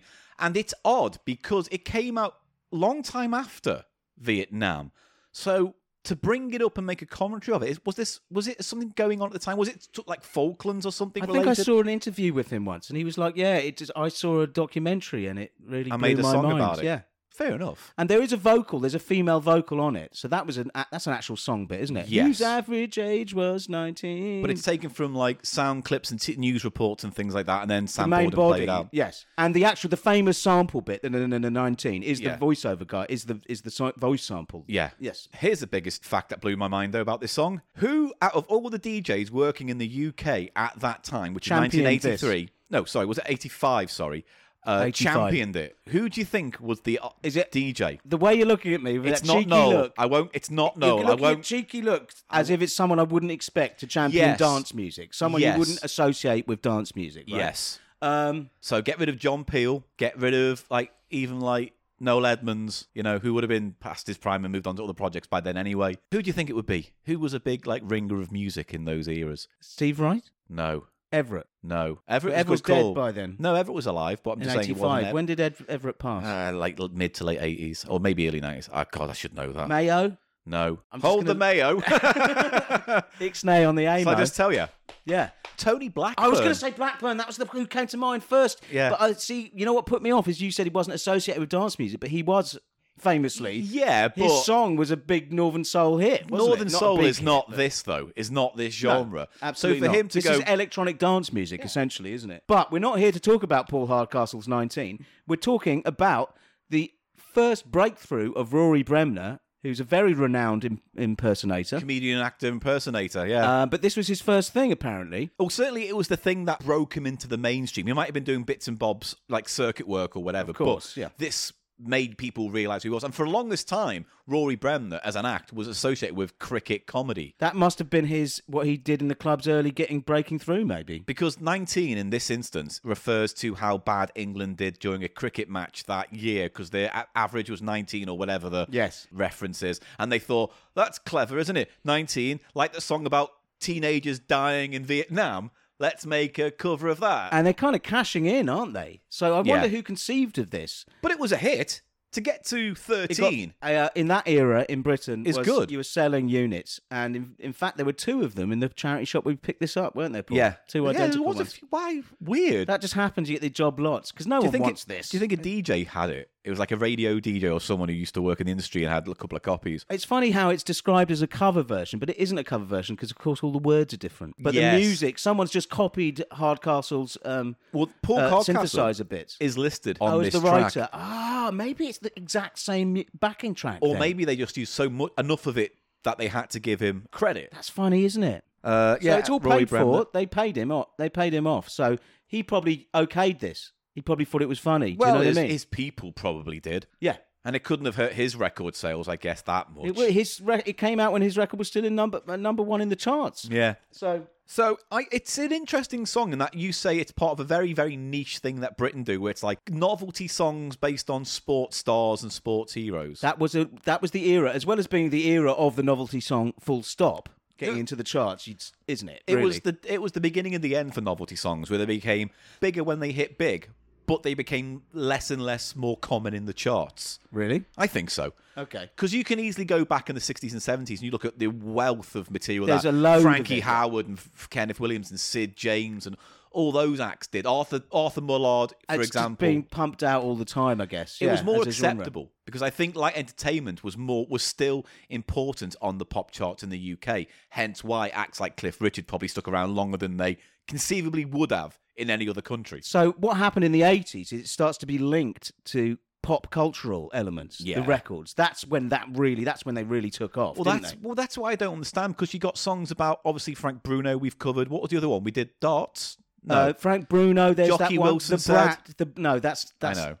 S1: 19.
S2: and it's odd because it came out long time after Vietnam so to bring it up and make a commentary of it is- was this was it something going on at the time was it t- like Falklands or something
S1: I think
S2: related
S1: I saw an interview with him once, and he was like, "Yeah, it just I saw a documentary, and it really
S2: I
S1: blew
S2: made a
S1: my
S2: song
S1: mind."
S2: about it
S1: Yeah.
S2: fair enough
S1: And there is a vocal. There's a female vocal on it. So that was an a- that's an actual song bit, isn't it?
S2: Yes.
S1: Whose average age was nineteen.
S2: but it's taken from like sound clips and t- news reports and things like that and then
S1: the
S2: sampled
S1: main
S2: and
S1: body.
S2: played out
S1: Yes. And the actual the famous sample bit, the nineteen, is
S2: Yeah.
S1: the voiceover guy. Is the is the si- voice sample?
S2: Yeah.
S1: Yes.
S2: Here's the biggest fact that blew my mind though about this song. Who out of all the DJs working in the UK at that time, which
S1: Championed
S2: is 1983? No, sorry, was it 85, sorry. Uh,
S1: 85.
S2: championed it. Who do you think was the uh,
S1: Is it-
S2: DJ?
S1: The way you're looking at me with
S2: It's
S1: that
S2: not
S1: cheeky
S2: Noel.
S1: look.
S2: I won't it's not
S1: you're
S2: Noel. I
S1: looking at
S2: won't
S1: cheeky look as if it's someone I wouldn't expect to champion
S2: Yes.
S1: dance music. Someone
S2: Yes.
S1: you wouldn't associate with dance music. Right?
S2: Yes.
S1: Um,
S2: So get rid of John Peel, get rid of like even like Noel Edmonds, you know, who would have been past his prime and moved on to other projects by then anyway. Who do you think it would be? Who was a big like ringer of music in those eras?
S1: Steve Wright,
S2: No.
S1: Everett.
S2: No, Everett,
S1: Everett
S2: was
S1: was dead
S2: cool.
S1: by then.
S2: No, Everett was alive, but I'm
S1: In
S2: just saying it wasn't.
S1: 85.
S2: Ev-
S1: When did Ed- Everett pass?
S2: uh, like l- mid to late 80s, or maybe early 90s. Oh, God, I should know that.
S1: Mayo?
S2: no,
S1: just
S2: hold the
S1: gonna-
S2: mayo.
S1: Ixnay on the
S2: Can
S1: AMO.
S2: I just tell you,
S1: yeah.
S2: Tony Blackburn.
S1: I was going to say Blackburn. That was the who came to mind first.
S2: Yeah.
S1: But I see, you know what put me off is you said he wasn't associated with dance music, but he was famously.
S2: yeah, but
S1: His song was a big Northern Soul hit. wasn't it?
S2: Northern
S1: Not a
S2: Soul
S1: big
S2: is
S1: hit,
S2: not
S1: but-
S2: this though. Is not this
S1: No,
S2: genre.
S1: absolutely
S2: so for
S1: not.
S2: him to
S1: this
S2: go,
S1: is electronic dance music, essentially, isn't it? But we're not here to talk about Paul Hardcastle's 19. We're talking about the first breakthrough of Rory Bremner, who's a very renowned im- impersonator.
S2: comedian, actor, impersonator. Yeah.
S1: Uh, but this was his first thing, apparently.
S2: well, certainly it was the thing that broke him into the mainstream. He might have been doing bits and bobs like circuit work or whatever. Of
S1: course,
S2: but
S1: yeah.
S2: this made people realise who he was. And for the longest time, Rory Bremner, as an act, was associated with cricket comedy.
S1: That must have been his what he did in the clubs early, getting breaking through, maybe.
S2: Because 19 in this instance refers to how bad England did during a cricket match that year because their a- average was 19 or whatever the
S1: Yes.
S2: reference is. And they thought, that's clever, isn't it? 19, like the song about teenagers dying in Vietnam, let's make a cover of that.
S1: And they're kind of cashing in, aren't they? So I
S2: Yeah.
S1: wonder who conceived of this.
S2: but it was a hit. To get to
S1: It got-
S2: 13,
S1: uh, in that era in Britain,
S2: It's
S1: was
S2: good.
S1: You were selling units, and in, in fact, there were two of them in the charity shop we picked this up, weren't there? Paul? two
S2: yeah, there
S1: identical
S2: was a
S1: ones.
S2: few- why? Weird.
S1: That just happens. You get the job lots because no
S2: do you
S1: one
S2: think
S1: wants
S2: it-
S1: this.
S2: Do you think a DJ had it? It was like a radio DJ or someone who used to work in the industry and had a couple of copies.
S1: It's funny how it's described as a cover version, but it isn't a cover version because, of course, all the words are different. But
S2: Yes.
S1: the music, someone's just copied Hardcastle's um,
S2: Well, Paul
S1: uh,
S2: Hardcastle
S1: synthesizer bits.
S2: is listed on
S1: oh,
S2: this
S1: it's the
S2: track.
S1: writer. Ah, maybe it's the exact same mu- backing track.
S2: Or
S1: then.
S2: maybe they just used so much enough of it that they had to give him credit.
S1: that's funny, isn't it?
S2: Uh,
S1: so it's all paid for. They paid him off. They paid him off. So he probably okayed this. He probably thought it was funny.
S2: Well,
S1: Do you know
S2: his,
S1: what I mean?
S2: his people probably did,
S1: yeah.
S2: and it couldn't have hurt his record sales, I guess, that much.
S1: It, wa- his re- it came out when his record was still in number uh, number one in the charts.
S2: yeah.
S1: So
S2: So I, it's an interesting song in that you say it's part of a very, very niche thing that Britain do, where it's like novelty songs based on sports stars and sports heroes.
S1: That was a that was the era, as well as being the era of the novelty song. Full stop. Getting
S2: Yeah.
S1: into the charts, you'd, s- isn't it?
S2: It was
S1: really?
S2: the it was the beginning and the end for novelty songs, where they became bigger when they hit big, but they became less and less more common in the charts.
S1: really
S2: I think so.
S1: okay.
S2: Because you can easily go back in the 60s and 70s and you look at the wealth of material.
S1: There's a
S2: that
S1: load of
S2: Frankie
S1: it.
S2: Howard and F- Kenneth Williams and Sid James and all those acts did. Arthur Arthur Mullard, for
S1: it's just
S2: example.
S1: being pumped out all the time, I guess.
S2: it
S1: yeah,
S2: was more
S1: as a genre.
S2: acceptable because I think light entertainment was more was still important on the pop charts in the UK. Hence why acts like Cliff Richard probably stuck around longer than they conceivably would have in any other country.
S1: So what happened in the eighties is it starts to be linked to pop cultural elements,
S2: Yeah.
S1: the records. That's when that really, that's when they really took off.
S2: Well,
S1: didn't
S2: that's
S1: they?
S2: well, that's why I don't understand because you got songs about obviously Frank Bruno. We've covered what was the other one? We did darts. No,
S1: Uh, Frank Bruno. There's
S2: Jockey
S1: that one.
S2: Wilson
S1: the
S2: said-
S1: brat. The, no, that's
S2: I
S1: that's
S2: know.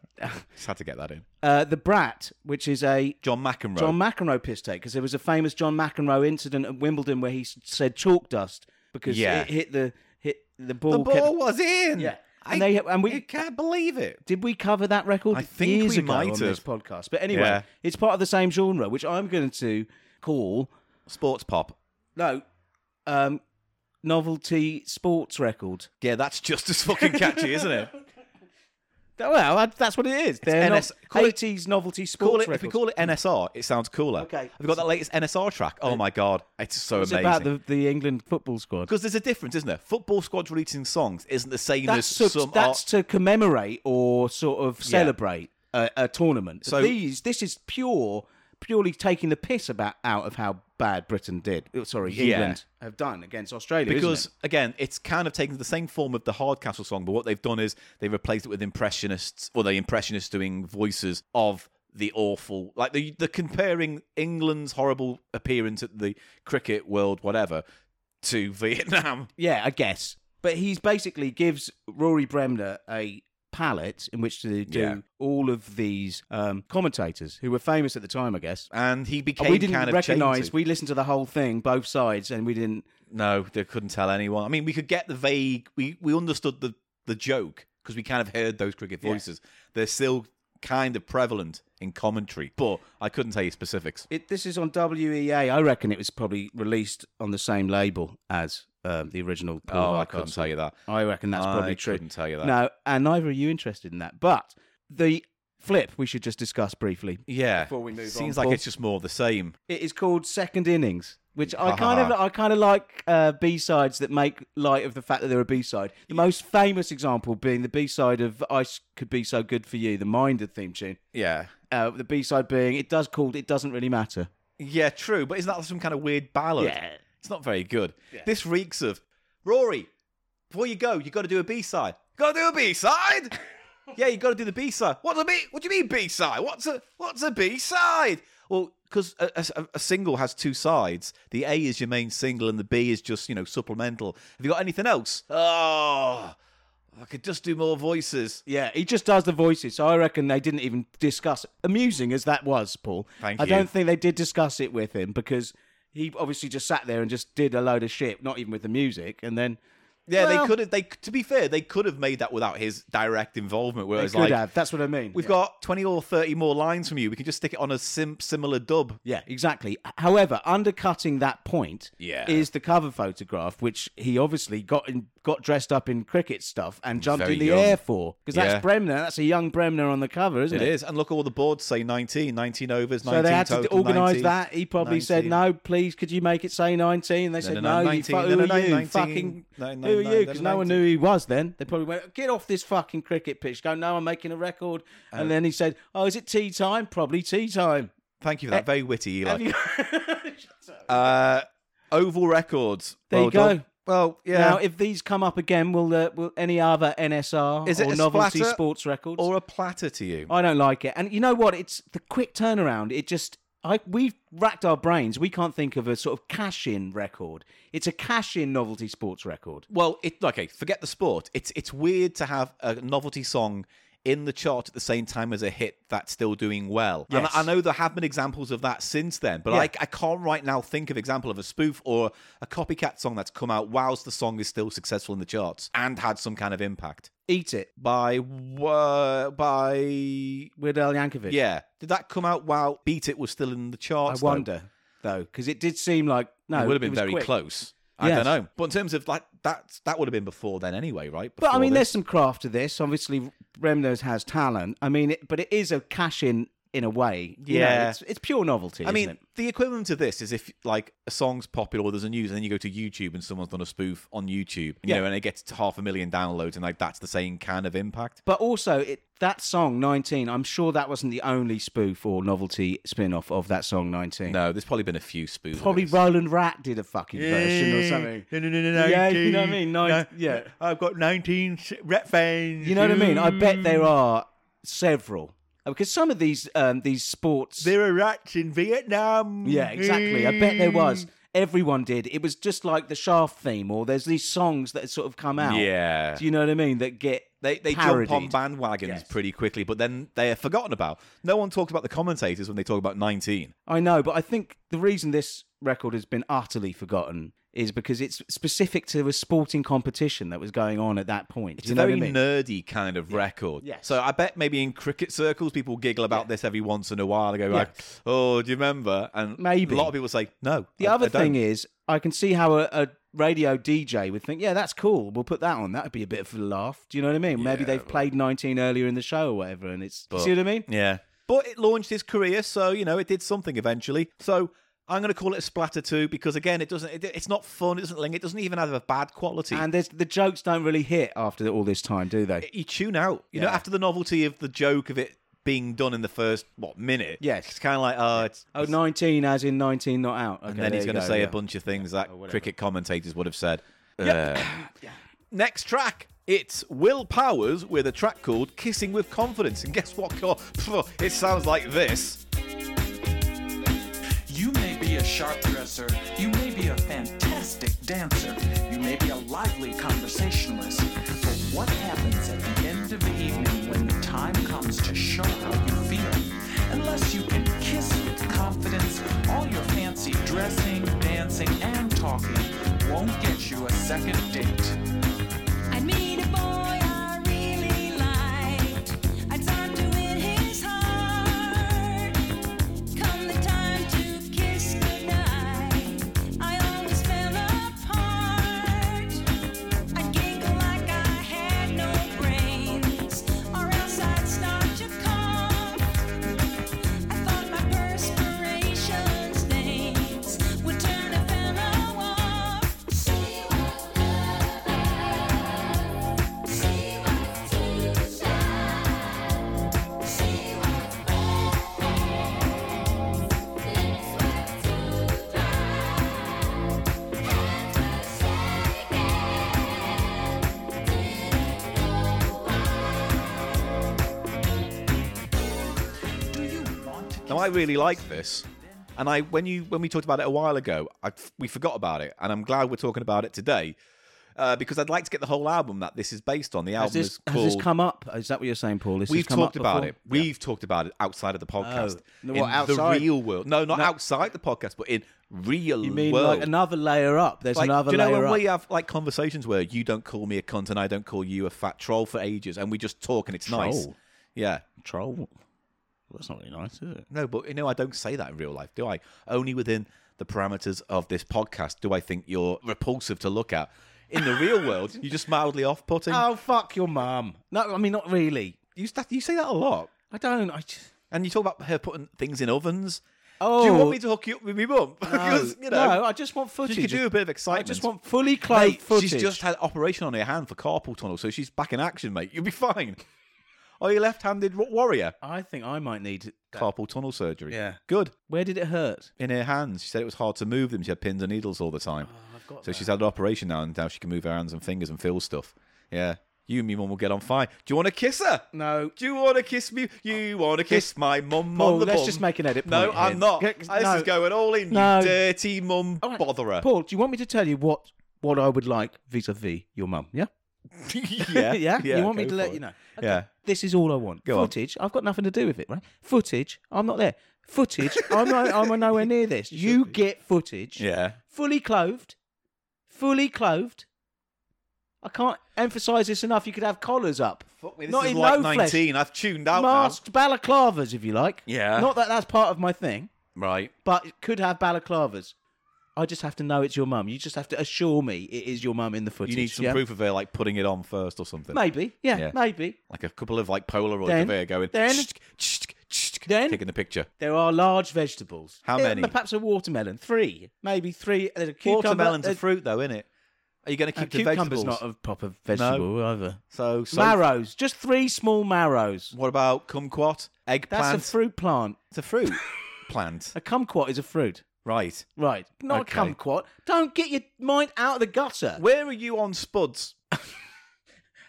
S2: Just had to get that in.
S1: Uh, the brat, which is a
S2: John McEnroe.
S1: John McEnroe piss take because there was a famous John McEnroe incident at Wimbledon where he s- said chalk dust because
S2: Yeah.
S1: it hit the hit the ball.
S2: the
S1: kept-
S2: ball was in.
S1: Yeah.
S2: I,
S1: And they- and we-
S2: I can't believe it.
S1: Did we cover that record
S2: I think
S1: years
S2: we
S1: ago
S2: might
S1: on this
S2: have.
S1: podcast? But anyway,
S2: Yeah.
S1: it's part of the same genre, which I'm going to call
S2: Sports pop.
S1: no um, novelty sports record.
S2: Yeah, that's just as fucking catchy, isn't it?
S1: That- Well, I- that's what it is. They're
S2: NS
S1: no-
S2: call it-
S1: 80s novelty sports
S2: Call it, if
S1: records.
S2: we call it NSR, it sounds cooler.
S1: Okay.
S2: Have you got that latest NSR track? Oh my god, it's so
S1: it's
S2: amazing.
S1: about the, the England football squad.
S2: because there's a difference, isn't there? Football squad releasing songs isn't the same
S1: that's to,
S2: as some
S1: that's to
S2: art-
S1: commemorate or sort of celebrate a, a tournament.
S2: So-
S1: So these, this is pure, purely taking the piss about out of how bad Britain did. oh, Sorry,
S2: Yeah.
S1: England have done against Australia isn't
S2: because
S1: it?
S2: again, it's kind of taken the same form of the Hardcastle song, but what they've done is they replaced it with impressionists, or the impressionists doing voices of the awful, like the the comparing England's horrible appearance at the cricket world, whatever, to Vietnam.
S1: yeah, I guess. But he's basically gives Rory Bremner a palette in which to do
S2: Yeah.
S1: all of these um, commentators who were famous at the time, I guess.
S2: And he
S1: And
S2: became
S1: we didn't
S2: kind of chained
S1: recognize.
S2: to-
S1: We listened to the whole thing, both sides, and we didn't.
S2: No, they couldn't tell anyone. I mean, we could get the vague. We we understood the the joke because we kind of heard those cricket voices. They're still kind of prevalent in commentary, but I couldn't tell you specifics.
S1: It, this is on WEA. I reckon it was probably released on the same label as um, the original. Paul
S2: Oh, I
S1: Hardcastle.
S2: couldn't tell you that.
S1: I reckon that's probably
S2: I
S1: true.
S2: couldn't tell you that.
S1: No, and neither are you interested in that. But the flip we should just discuss briefly.
S2: Yeah.
S1: Before we move
S2: Seems
S1: on,
S2: like
S1: Paul.
S2: it's just more of the same.
S1: It is called Second Innings, which I kind of I kind of like uh, B sides that make light of the fact that they're a B side. The most famous example being the B side of "I S- Could Be So Good for You," the Minder theme tune.
S2: Yeah.
S1: Uh, the B side being "It Does Called It Doesn't Really Matter."
S2: Yeah, true. But isn't that some kind of weird ballad?
S1: Yeah.
S2: It's not very good. This reeks of Rory, before you go, you gotta do a B side. You gotta do a B side? yeah, you gotta do the B side. What's a B what do you mean B side? What's a what's a B side? Well, because a, a- a single has two sides. The A is your main single and the B is just, you know, supplemental. Have you got anything else? Oh I could just do more voices.
S1: Yeah, he just does the voices. So I reckon they didn't even discuss. Amusing as that was, Paul.
S2: Thank
S1: I
S2: you.
S1: don't think they did discuss it with him because he obviously just sat there and just did a load of shit, not even with the music, and then.
S2: Yeah,
S1: Well-
S2: they could have. They to be fair, they could have made that without his direct involvement. Where
S1: They
S2: it's
S1: could
S2: like,
S1: have. That's what I mean.
S2: we've
S1: Yeah.
S2: got twenty or thirty more lines from you. We can just stick it on a sim- similar dub.
S1: Yeah, exactly. However, undercutting that point
S2: Yeah.
S1: is the cover photograph, which he obviously got in, got dressed up in cricket stuff and jumped
S2: Very
S1: in the
S2: young.
S1: air for because that's
S2: Yeah.
S1: Bremner. That's a young Bremner on the cover, isn't
S2: It
S1: it?
S2: is, and look, all the boards say 19, 19 overs. 19
S1: So they had to
S2: total,
S1: organise
S2: 19.
S1: that. He probably said,
S2: 19.
S1: "No, please, could you make it say 19? And they said,
S2: no,
S1: "No,
S2: no,
S1: you
S2: 19,
S1: fu-
S2: no,
S1: who
S2: no,
S1: are
S2: no,
S1: you?
S2: 19,
S1: fucking
S2: no, no,
S1: who are
S2: no,
S1: you?"
S2: no,
S1: Because no one
S2: 19.
S1: knew who he was then. They probably went, "Get off this fucking cricket pitch!" Go, "No, I'm making a record." And then he said, "Oh, is it tea time? Probably tea time."
S2: Thank you for that. Very witty, Eli.
S1: Eh, Have you-
S2: uh, oval records.
S1: There
S2: well
S1: you go.
S2: done. Well, yeah.
S1: Now, if these come up again, will uh, will any other NSR
S2: Is it
S1: or
S2: a
S1: novelty
S2: splatter
S1: sports records?
S2: or a platter to you.
S1: I don't like it. And you know what? It's the quick turnaround. It just I we've racked our brains. We can't think of a sort of cash-in record. It's a cash-in novelty sports record.
S2: Well, it okay. Forget the sport. It's it's weird to have a novelty song in the chart at the same time as a hit that's still doing well. And
S1: Yes.
S2: I, I know there have been examples of that since then, but
S1: Yeah.
S2: I, I can't right now think of example of a spoof or a copycat song that's come out whilst the song is still successful in the charts and had some kind of impact.
S1: Eat it,
S2: By uh, by
S1: Weird Al Yankovic.
S2: yeah, did that come out while Beat It was still in the
S1: I
S2: charts? though?
S1: wonder though, because it did seem like no,
S2: it would have been
S1: was
S2: very
S1: quick.
S2: close. I
S1: Yes.
S2: don't know, but in terms of like that, that would have been before then anyway, right?
S1: But I
S2: Before
S1: mean,
S2: this.
S1: there's some craft to this. Obviously, Remnos has talent. I mean, it, but it is a cash-in in a way. You know,
S9: Yeah.
S1: it's, it's pure novelty.
S2: I mean,
S1: isn't it?
S2: the equivalent to this is if like a song's popular, there's a news, and then you go to YouTube and someone's done a spoof on YouTube, you
S1: Yeah.
S2: know, and it gets to half a million downloads, and like that's the same kind of impact.
S1: But also, it, that song 19, I'm sure that wasn't the only spoof or novelty spin off of that song 19.
S2: No, there's probably been a few spoofs. of
S1: Probably
S2: this.
S1: Roland Rat did a fucking version or something.
S10: No, no, no, no, no.
S1: Yeah, you know what I mean? Nine-
S10: No,
S1: yeah.
S10: I've got 19 s- rat fans.
S1: You know what I mean? I bet
S10: Hmm.
S1: there are several. Uh, Because some of these um, these sports.
S10: There are rats in Vietnam.
S1: yeah, exactly. I bet there was.
S10: Hmm.
S1: Everyone did. It was just like the Shaft theme, or there's these songs that sort of come out.
S2: Yeah.
S1: Do you know what I mean? That get.
S2: They, they jump on
S1: parodied.
S2: bandwagons pretty quickly, but then they are forgotten about. No one talks about the commentators when they talk about 19.
S1: I know, but I think the reason this record has been utterly forgotten is because it's specific to a sporting competition that was going on at that point.
S2: It's
S1: Do you
S2: a
S1: know
S2: very
S1: what I mean?
S2: nerdy kind of record.
S1: Yes.
S2: So I bet maybe in cricket circles, people giggle about this every once in a while. They go like, "Oh, do you remember?" And
S1: Maybe.
S2: a lot of people say, "No."
S1: the
S2: I-
S1: other
S2: I don't."
S1: thing is, I can see how a, a radio DJ would think, yeah, that's cool. We'll put that on. That'd be a bit of a laugh. Do you know what I mean? Maybe they've played 19 earlier in the show or whatever, and it's. you see what I mean?
S2: Yeah. But it launched his career, so you know it did something eventually. So I'm going to call it a splatter two because again, it doesn't. It, it's not fun. It doesn't ling. It doesn't even have a bad quality.
S1: And there's, the jokes don't really hit after all this time, do they?
S2: you tune out. You know, after the novelty of the joke of it being done in the first what minute.
S1: Yes.
S2: It's kind of like oh, it's.
S1: oh, 19 as in 19 not out. Okay,
S2: and then he's
S1: going
S2: going to say a bunch of things that cricket commentators would have said. Uh, Next track. It's Will Powers with a track called Kissing with Confidence. And guess what? Cor- It sounds like this.
S11: You may be a sharp dresser. You may be a fantastic dancer. You may be a lively conversationalist. But what happens at the end of the evening when the time comes to show how you feel? Unless you can kiss with confidence, all your fancy dressing, dancing, and talking won't get you a second date.
S12: I'd meet a boy I really liked. I'd start to win his heart. Come the time to kiss goodnight, I always fell apart. I'd giggle like I had no brains, or else I'd start to cough. I thought my perspiration stains would turn a fellow off. She was bad. She was too shy. She was bad. Lips were too dry. Hands were shaking. Didn't know why.
S11: Do you want to
S2: Now I really like this, and I when you when we talked about it a while ago, I, we forgot about it, and I'm glad we're talking about it today uh, because I'd like to get the whole album that this is based on. The
S1: Has
S2: album
S1: this,
S2: is
S1: has
S2: called.
S1: this come up? Is that what you're saying, Paul? This has
S2: We've
S1: come up
S2: talked about
S1: before?
S2: it. We've talked about it outside of the podcast.
S1: Oh, No,
S2: in
S1: what, outside?
S2: the real world? No, not outside the podcast, but in real
S1: You mean
S2: world.
S1: like another layer up? There's
S2: Like,
S1: another
S2: do you know
S1: layer
S2: when
S1: up.
S2: we have like conversations where you don't call me a cunt and I don't call you a fat troll for ages, and we just talk and it's nice.
S1: Troll?
S2: Yeah,
S1: Troll. Well, that's not really nice, is it?
S2: No, but you know, I don't say that in real life, do I? Only within the parameters of this podcast do I think you're repulsive to look at. In the real world, you're just mildly off-putting.
S1: Oh fuck your mum. No, I mean not really.
S2: You, st- you say that a lot,
S1: I don't. I just.
S2: and you talk about her putting things in ovens.
S1: Oh,
S2: Do you want me to hook you up with me mum? because you know,
S1: no, I just want footage.
S2: you could do a bit of
S1: I
S2: excitement.
S1: just want fully clothed
S2: Mate,
S1: footage.
S2: she's just had operation on her hand for carpal tunnel, so she's back in action, mate. You'll be fine. Are you left-handed wa- warrior?
S1: I think I might need.
S2: Carpal tunnel surgery.
S1: Yeah.
S2: Good.
S1: Where did it hurt?
S2: in her hands. She said it was hard to move them. She had pins and needles all the time.
S1: Oh,
S2: so she's had an operation now, and now she can move her hands and fingers and feel stuff. Yeah. You and me mum will get on fine. Do you want to kiss her?
S1: No.
S2: Do you want to kiss me? You want to kiss my mum
S1: Paul,
S2: on the
S1: let's
S2: bum?
S1: just make an edit
S2: No,
S1: point
S2: I'm
S1: here.
S2: not.
S1: G-
S2: This
S1: no.
S2: is going all in,
S1: No.
S2: you dirty mum botherer.
S1: Paul, do you want me to tell you what what I would like vis-a-vis your mum? Yeah.
S2: yeah,
S1: yeah. You want me to
S2: go for
S1: let
S2: it.
S1: you know?
S2: Yeah.
S1: This is all I want.
S2: Go on.
S1: footage. I've got nothing to do with it, right? Footage. I'm not there. Footage. I'm not, I'm nowhere near this. You get footage.
S2: Yeah.
S1: fully clothed, fully clothed. I can't emphasize this enough. You could have collars up,
S2: Fuck me, this
S1: not
S2: is
S1: in
S2: like
S1: no
S2: 19. I've tuned
S1: flesh,
S2: out
S1: masked balaclavas, if you like.
S2: Yeah.
S1: Not that that's part of my thing,
S2: now. Right.
S1: but it could have balaclavas. I just have to know it's your mum. You just have to assure me it is your mum in the footage.
S2: You need some
S1: yeah?
S2: proof of her, like, putting it on first or something.
S1: Maybe. Yeah,
S2: Yeah.
S1: Maybe.
S2: Like a couple of, like, Polaroids
S1: Then-
S2: of her going...
S1: then-
S2: "Tsk, tsk, tsk,
S13: Just
S1: Then-
S13: taking the picture.
S1: There are large vegetables.
S2: How
S1: Eh,
S2: many?
S1: Perhaps a watermelon. Three, maybe three. There's a cucumber.
S2: Watermelon's a
S1: there's-
S2: fruit, though, isn't it? Are you going to
S1: A
S2: keep the
S1: cucumber's
S2: vegetables?
S1: not a proper vegetable either.
S2: so, so
S1: Marrows, just three small marrows.
S2: What about kumquat? Eggplant.
S1: That's a fruit plant.
S2: It's a fruit plant.
S1: A kumquat is a fruit.
S2: Right.
S1: Right, not
S2: Okay.
S1: a kumquat. Don't get your mind out of the gutter.
S2: Where are you on spuds?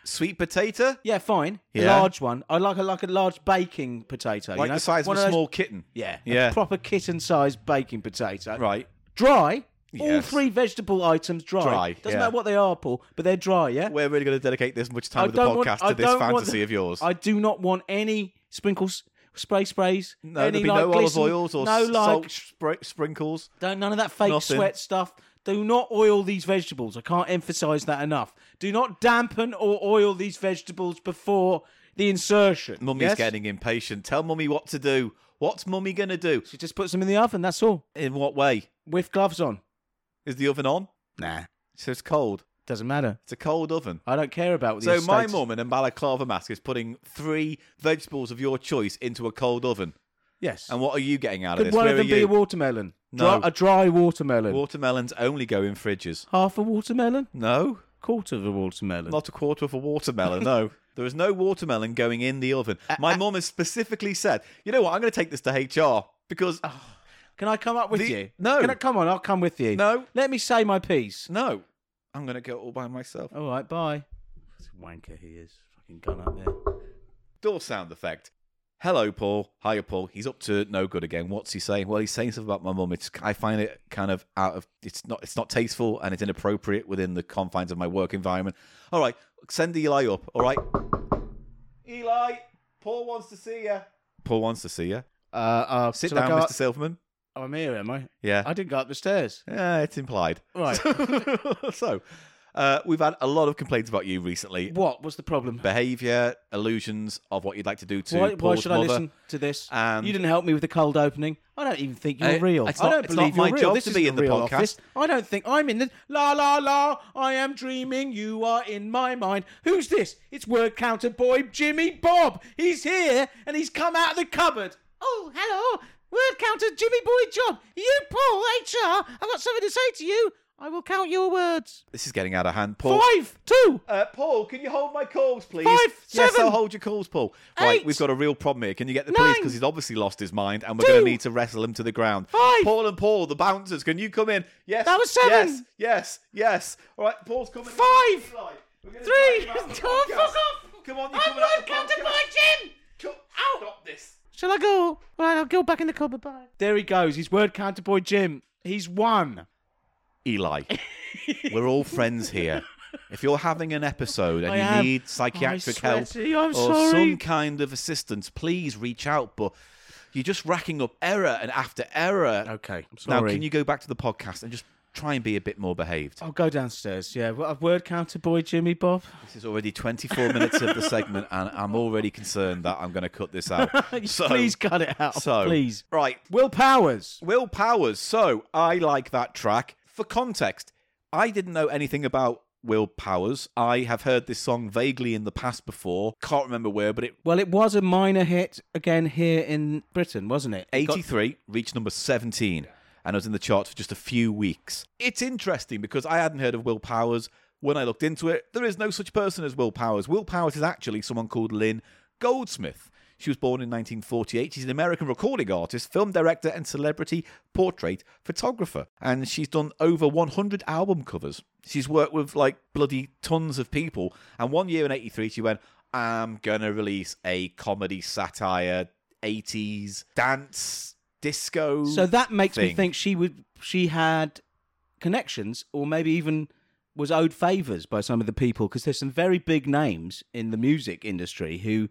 S2: Sweet potato?
S1: yeah, fine.
S2: Yeah.
S1: A large one. I like a like a large baking potato.
S2: Like
S1: you know?
S2: the size
S1: One
S2: of a
S1: those-
S2: small kitten.
S1: Yeah,
S2: Yeah.
S1: A proper kitten-sized baking potato.
S2: Right.
S1: Dry. All
S2: Yes.
S1: three vegetable items dry.
S2: Dry,
S1: Doesn't
S2: yeah.
S1: matter what they are, Paul, but they're dry. Yeah.
S2: We're really going to dedicate this much
S1: I
S2: time of the
S1: don't want-
S2: podcast
S1: I
S2: to this
S1: don't want
S2: fantasy
S1: the-
S2: of yours.
S1: I do not want any sprinkles, spray sprays.
S2: no,
S1: any,
S2: there'll be
S1: like,
S2: no
S1: glisten,
S2: olive oils or
S1: no
S2: s-
S1: like,
S2: salt spr- sprinkles.
S1: Don't none of that fake
S2: Nothing.
S1: sweat stuff. Do not oil these vegetables. I can't emphasize that enough. Do not dampen or oil these vegetables before the insertion.
S2: Mummy's
S1: yes?
S2: getting impatient. Tell mummy what to do. What's mummy going to do?
S1: She just puts them in the oven. That's all.
S2: In what way?
S1: With gloves on.
S2: Is the oven on?
S1: Nah,
S2: So it's cold.
S1: doesn't matter.
S2: It's a cold oven.
S1: I don't care about the.
S2: So my
S1: status-
S2: mum in a balaclava mask is putting three vegetables of your choice into a cold oven.
S1: Yes.
S2: And what are you getting out of
S1: Could
S2: this?
S1: one
S2: Where
S1: of them
S2: are
S1: be
S2: you?
S1: a watermelon?
S2: No.
S1: Dry, a dry watermelon.
S2: Watermelons only go in fridges.
S1: Half a watermelon.
S2: No,
S1: Quarter of a watermelon.
S2: not a quarter of a watermelon. No, there is no watermelon going in the oven. My mum has specifically said, "You know what? I'm going to take this to HR because
S1: Oh. Can I come up with
S2: The-
S1: you?
S2: No.
S1: Can I, come on, I'll come with you.
S2: No.
S1: Let me say my piece.
S2: no, I'm going to go all by myself."
S1: All right, bye. wanker he is. Fucking gun up there.
S2: Door sound effect. Hello, Paul. Hiya, Paul. He's up to no good again. What's he saying? Well, he's saying stuff about my mum. It's I find it kind of out of it's not it's not tasteful and it's inappropriate within the confines of my work environment. All right, send Eli up. All right, Eli. Paul wants to see you. Paul wants to see you.
S1: Uh, uh,
S2: Sit
S1: shall I
S2: down,
S1: go
S2: Mr.
S1: up-
S2: Silverman.
S1: Oh, I'm here, am I?
S2: Yeah.
S1: I didn't go up the stairs.
S2: Yeah, it's implied.
S1: Right.
S2: so, uh, we've had a lot of complaints about you recently.
S1: What? What's the problem?
S2: Behaviour, illusions of what you'd like to do to
S1: why, why
S2: Paul's
S1: should I
S2: mother.
S1: listen to this?
S2: and-
S1: you didn't help me with the cold opening. I don't even think you're
S2: Uh,
S1: real.
S2: it's
S1: I
S2: not-
S1: don't
S2: it's
S1: believe
S2: not my
S1: you're real.
S2: job
S1: This
S2: to be
S1: isn't
S2: in the
S1: a real
S2: podcast.
S1: office. I don't think I'm in the la la la. I am dreaming. You are in my mind. Who's this? It's word counter boy Jimmy Bob. He's here and he's come out of the cupboard. Oh, hello, word counter Jimmy Boy John. You, Paul HR. I've got something to say to you. I will count your words.
S2: This is getting out of hand. Paul,
S1: Five, two,
S2: Uh, Paul, can you hold my calls, please?
S1: Five,
S2: yes,
S1: seven,
S2: I'll hold your calls, Paul. Right,
S1: eight,
S2: we've got a real problem here. Can you get the police?
S1: nine,
S2: Because he's obviously lost his mind, and we're going
S1: two,
S2: to need to wrestle him to the ground.
S1: five.
S2: Paul and Paul, the bouncers, can you come in? Yes.
S1: That was seven.
S2: Yes, yes, yes. All right, Paul's coming.
S1: Five,
S2: Eli, we're gonna
S1: three.
S2: drag him out of the
S1: Oh, fuck
S2: podcast.
S1: off.
S2: Come on, you're
S1: I'm
S2: coming out of
S1: word
S2: the
S1: counter
S2: podcast.
S1: boy Jim.
S2: Come-
S1: Ow.
S2: Stop this.
S1: Shall I go? All right, I'll go back in the cupboard. Bye. There he goes. He's word counter boy Jim. He's won.
S2: Eli, we're all friends here. If you're having an episode and
S1: I
S2: you
S1: am.
S2: need psychiatric
S1: Oh, I'm
S2: help
S1: sweaty. I'm
S2: or
S1: sorry.
S2: some kind of assistance, please reach out. But you're just racking up error and after error.
S1: Okay, I'm
S2: Now,
S1: sorry. Oh.
S2: can you go back to the podcast and just try and be a bit more behaved?
S1: I'll go downstairs. Yeah, Well, word counter boy Jimmy Bob.
S2: This is already 24 minutes of the segment, and I'm already concerned that I'm going to cut this out. So,
S1: please cut it out.
S2: so
S1: please.
S2: right,
S1: Will Powers.
S2: Will Powers. So I like that track. For context, I didn't know anything about Will Powers. I have heard this song vaguely in the past before. Can't remember where, but it
S1: Well, it was a minor hit again here in Britain, wasn't it? It got-
S2: 83 reached number 17 and was in the charts for just a few weeks. It's interesting because I hadn't heard of Will Powers. When I looked into it, there is no such person as Will Powers. Will Powers is actually someone called Lynn Goldsmith. She was born in 1948. She's an American recording artist, film director, and celebrity portrait photographer. And she's done over 100 album covers. She's worked with like bloody tons of people. And one year in 83, she went, I'm going to release a comedy satire 80s dance disco.
S1: so that makes me
S2: thing.
S1: think she would. She had connections, or maybe even was owed favors by some of the people, because there's some very big names in the music industry who,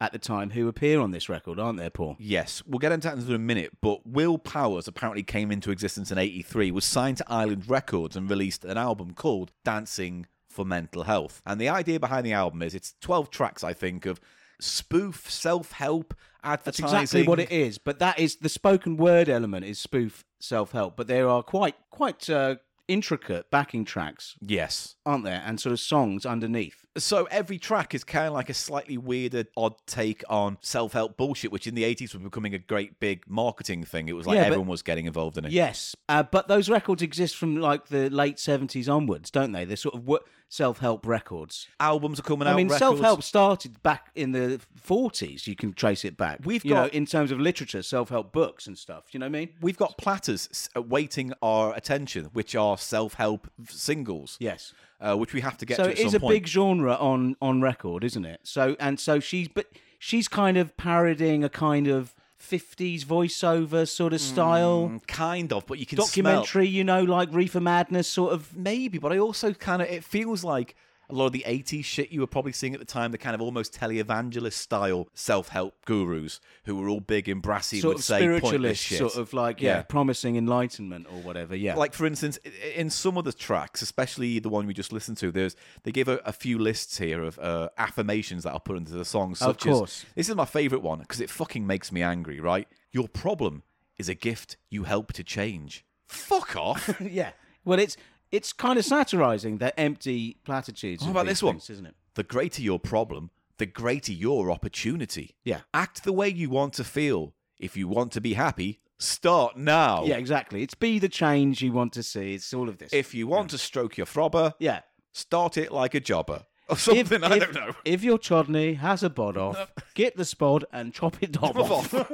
S1: at the time, who appear on this record, aren't there, Paul?
S2: Yes, we'll get into that in a minute, but Will Powers apparently came into existence in 83, was signed to Island Records and released an album called Dancing for Mental Health. And the idea behind the album is it's 12 tracks, I think, of spoof self-help
S1: That's
S2: advertising.
S1: exactly what it is. But that is the spoken word element is spoof self help. But there are quite quite uh, intricate backing tracks,
S2: Yes.
S1: aren't there, and sort of songs underneath.
S2: So every track is kind of like a slightly weirder, odd take on self help bullshit, which in the 80s was becoming a great big marketing thing. It was like
S1: Yeah, but-
S2: everyone was getting involved in it.
S1: Yes, uh, but those records exist from like the late seventies onwards, don't they? They're sort of wo- self-help records.
S2: Albums are coming out.
S1: I mean,
S2: records-
S1: self-help started back in the forties. You can trace it back.
S2: We've
S1: you know,
S2: got-
S1: in terms of literature, self-help books and stuff. You know what I mean?
S2: We've got platters s- awaiting our attention, which are self help singles.
S1: Yes.
S2: Uh, which we have to get
S1: so
S2: to
S1: it
S2: at
S1: is
S2: some
S1: a
S2: point.
S1: big genre on on record, isn't it? So and so she's but she's kind of parodying a kind of fifties voiceover sort of
S2: Hmm,
S1: style.
S2: kind of, but you can smell-
S1: Documentary, you know, like Reefer Madness, sort of.
S2: maybe, but I also kind of it feels like a lot of the 80s shit you were probably seeing at the time, the kind of almost televangelist style self help gurus who were all big and brassy
S1: Sort
S2: would
S1: of
S2: say pointless
S1: spiritualist,
S2: shit.
S1: sort of like yeah, promising enlightenment or whatever. Yeah,
S2: Like for instance, i- in some of the tracks, especially the one we just listened to, there's they give a, a few lists here of uh, affirmations that I'll put into the song. Such
S1: course.
S2: As, this is my favorite one because it fucking makes me angry. Right, your problem is a gift you help to change. Fuck off.
S1: yeah. Well, it's it's kind of satirising their empty platitudes.
S2: How
S1: of
S2: about
S1: these
S2: this one?
S1: things, isn't it?
S2: The greater your problem, the greater your opportunity.
S1: Yeah.
S2: Act the way you want to feel. If you want to be happy, start now.
S1: Yeah, exactly. It's be the change you want to see. It's all of this.
S2: Oh. If you want to stroke your frobber,
S1: yeah.
S2: start it like a jobber. Or something, I don't know.
S1: If your chodney has a bod off, get the spod and chop it off.
S2: Off.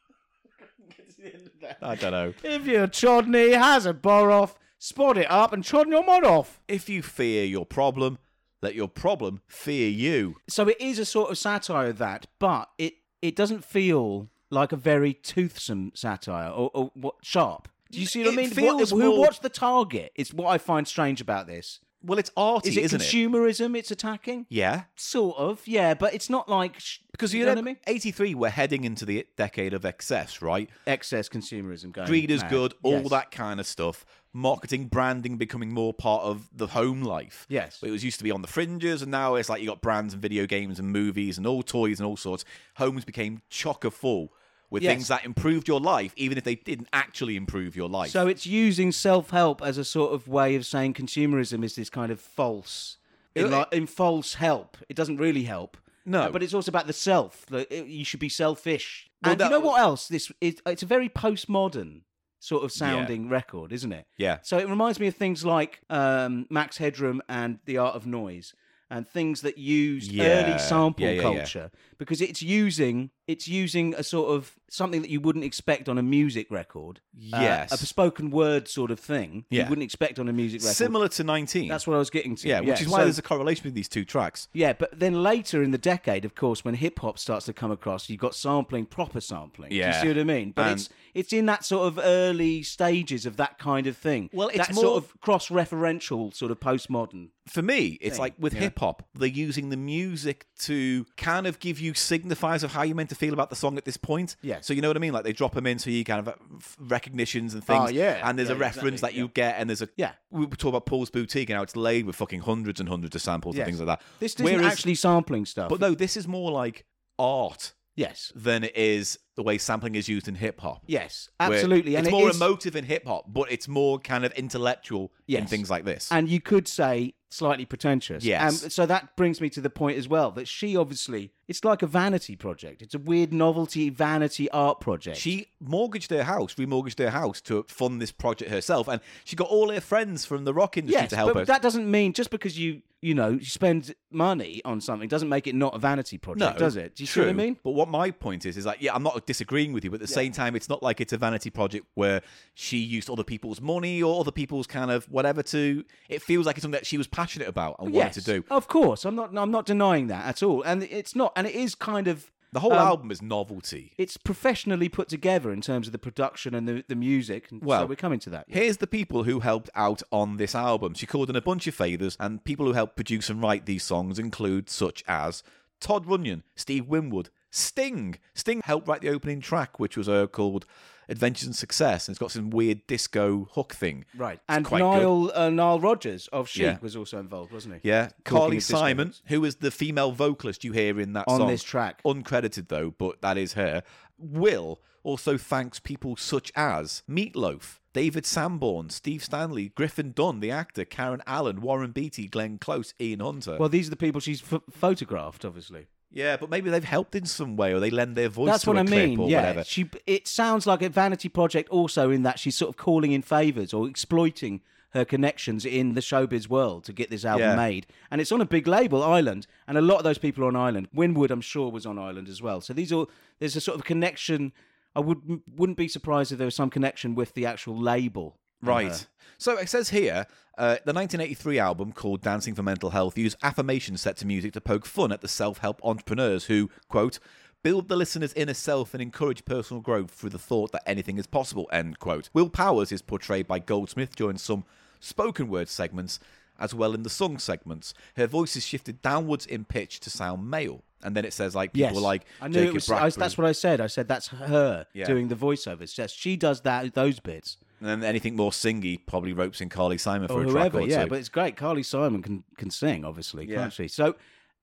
S2: I don't know.
S1: If your chodney has a bod off, spot it up and chod your mod off.
S2: If you fear your problem, let your problem fear you.
S1: So it is a sort of satire of that, but it it doesn't feel like a very toothsome satire or, or what sharp. Do you see what
S2: It
S1: I mean?
S2: feels
S1: what, who-
S2: more-
S1: What's the target? It's what I find strange about this.
S2: Well, it's arty,
S1: Is it
S2: isn't it?
S1: consumerism? It's attacking.
S2: Yeah.
S1: Sort of, yeah, but it's not like sh-
S2: Because
S1: you
S2: you
S1: know
S2: know,
S1: what I mean.
S2: 83, we're heading into the decade of excess, right?
S1: Excess consumerism going.
S2: greed is
S1: mad.
S2: good, all
S1: Yes.
S2: that kind of stuff. Marketing, branding becoming more part of the home life.
S1: Yes.
S2: It was used to be on the fringes, and now it's like you got brands and video games and movies and all toys and all sorts. Homes became chocker full with
S1: Yes.
S2: things that improved your life, even if they didn't actually improve your life.
S1: So it's using self help as a sort of way of saying consumerism is this kind of false, in, like, in false help. It doesn't really help.
S2: No.
S1: Uh, but it's also about the self. Like, it- you should be selfish.
S2: Well,
S1: and you
S2: that
S1: know
S2: was-
S1: what else? This is, it's a very postmodern sort of sounding record, isn't it?
S2: Yeah.
S1: So it reminds me of things like um, Max Headroom and The Art of Noise, and things that used
S2: Yeah.
S1: early sample
S2: Yeah, yeah, yeah.
S1: culture culture, because it's using it's using a sort of something that you wouldn't expect on a music record. Uh,
S2: Yes.
S1: a spoken word sort of thing
S2: Yeah.
S1: you wouldn't expect on a music record.
S2: similar to 19.
S1: That's what I was getting to.
S2: yeah, which is why
S1: so-
S2: there's a correlation between these two tracks.
S1: yeah, but then later in the decade, of course, when hip hop starts to come across, you've got sampling, proper sampling.
S2: Yeah.
S1: Do you see what I mean? But
S2: And-
S1: it's it's in that sort of early stages of that kind of thing.
S2: Well, it's
S1: that
S2: more-
S1: sort of cross referential, sort of postmodern.
S2: for me, it's
S1: thing.
S2: like with
S1: Yeah.
S2: hip hop, they're using the music to kind of give you signifiers of how you're meant to feel about the song at this point.
S1: Yeah.
S2: So you know what I mean? Like they drop them in, so you kind of uh, f- recognitions and things.
S1: Oh, yeah.
S2: And there's a
S1: Yeah,
S2: reference
S1: exactly.
S2: that you get, and there's a
S1: Yeah.
S2: We were talking about Paul's boutique and how it's laid with fucking hundreds and hundreds of samples
S1: Yes.
S2: and things like that.
S1: This isn't
S2: Whereas-
S1: actually sampling stuff.
S2: But no, this is more like art
S1: yes,
S2: than it is the way sampling is used in hip hop.
S1: yes,
S2: Where
S1: absolutely. and
S2: it's
S1: it
S2: more
S1: is-
S2: emotive in hip hop, but it's more kind of intellectual in
S1: Yes.
S2: things like this.
S1: and you could say slightly pretentious.
S2: Yes.
S1: Um, so that brings me to the point as well that she obviously it's like a vanity project. It's a weird novelty vanity art project.
S2: She mortgaged her house, remortgaged her house to fund this project herself, and she got all her friends from the rock industry
S1: yes,
S2: to help
S1: but
S2: her.
S1: that doesn't mean just because you you know you spend money on something doesn't make it not a vanity project, does it? Do you see what I
S2: true.
S1: mean?
S2: But what my point is, is like, yeah, I'm not disagreeing with you, but at the same time, it's not like it's a vanity project where she used other people's money or other people's kind of whatever to. It feels like it's something that she was passionate about and
S1: Yes,
S2: wanted to do.
S1: of course. I'm not. I'm not denying that at all. And it's not. And it is kind of
S2: The whole
S1: um,
S2: album is novelty.
S1: It's professionally put together in terms of the production and the, the music. And so
S2: Well,
S1: we're coming to that. yeah.
S2: Here's the people who helped out on this album. She called in a bunch of favours, and people who helped produce and write these songs include such as Todd Runyon, Steve Winwood, Sting. Sting helped write the opening track, which was uh, called Adventures in Success, and it's got some weird disco hook thing.
S1: Right.
S2: It's
S1: And
S2: quite good.
S1: Niall uh, Niall Rogers of Chic
S2: Yeah.
S1: was also involved, wasn't he?
S2: Yeah,
S1: Talking
S2: Carly
S1: of disco
S2: Simon,
S1: hits.
S2: who is the female vocalist you hear in that
S1: On
S2: song
S1: this track.
S2: uncredited though, but that is her. Will also thanks people such as Meatloaf, David Sanborn, Steve Stanley, Griffin Dunn, the actor, Karen Allen, Warren Beatty, Glenn Close, Ian Hunter.
S1: Well, these are the people she's ph photographed, obviously.
S2: yeah, but maybe they've helped in some way, or they lend their voice.
S1: That's
S2: to
S1: what
S2: a
S1: I
S2: clip
S1: mean.
S2: or
S1: Yeah,
S2: whatever.
S1: she. It sounds like a vanity project, also in that she's sort of calling in favors or exploiting her connections in the showbiz world to get this album
S2: Yeah.
S1: made. And it's on a big label, Island, and a lot of those people are on Island. Winwood, I'm sure, was on Island as well. So these are there's a sort of connection. I would wouldn't be surprised if there was some connection with the actual label.
S2: Right. So it says here uh, the 1983 album called Dancing for Mental Health used affirmations set to music to poke fun at the self help entrepreneurs who, quote, build the listener's inner self and encourage personal growth through the thought that anything is possible, end quote. Will Powers is portrayed by Goldsmith during some spoken word segments as well in the song segments. Her voice is shifted downwards in pitch to sound male. And then it says, like, people
S1: Yes.
S2: like
S1: I knew
S2: Jacob
S1: it was. I,
S2: Bradbury.
S1: that's what I said. I said that's her
S2: Yeah.
S1: doing the voiceovers. Yes, she does that. Those bits.
S2: And then anything more singy probably ropes in Carly Simon for
S1: or
S2: a
S1: whoever.
S2: track or
S1: yeah,
S2: two.
S1: but it's great. Carly Simon can can sing, obviously,
S2: Yeah.
S1: can't she? So,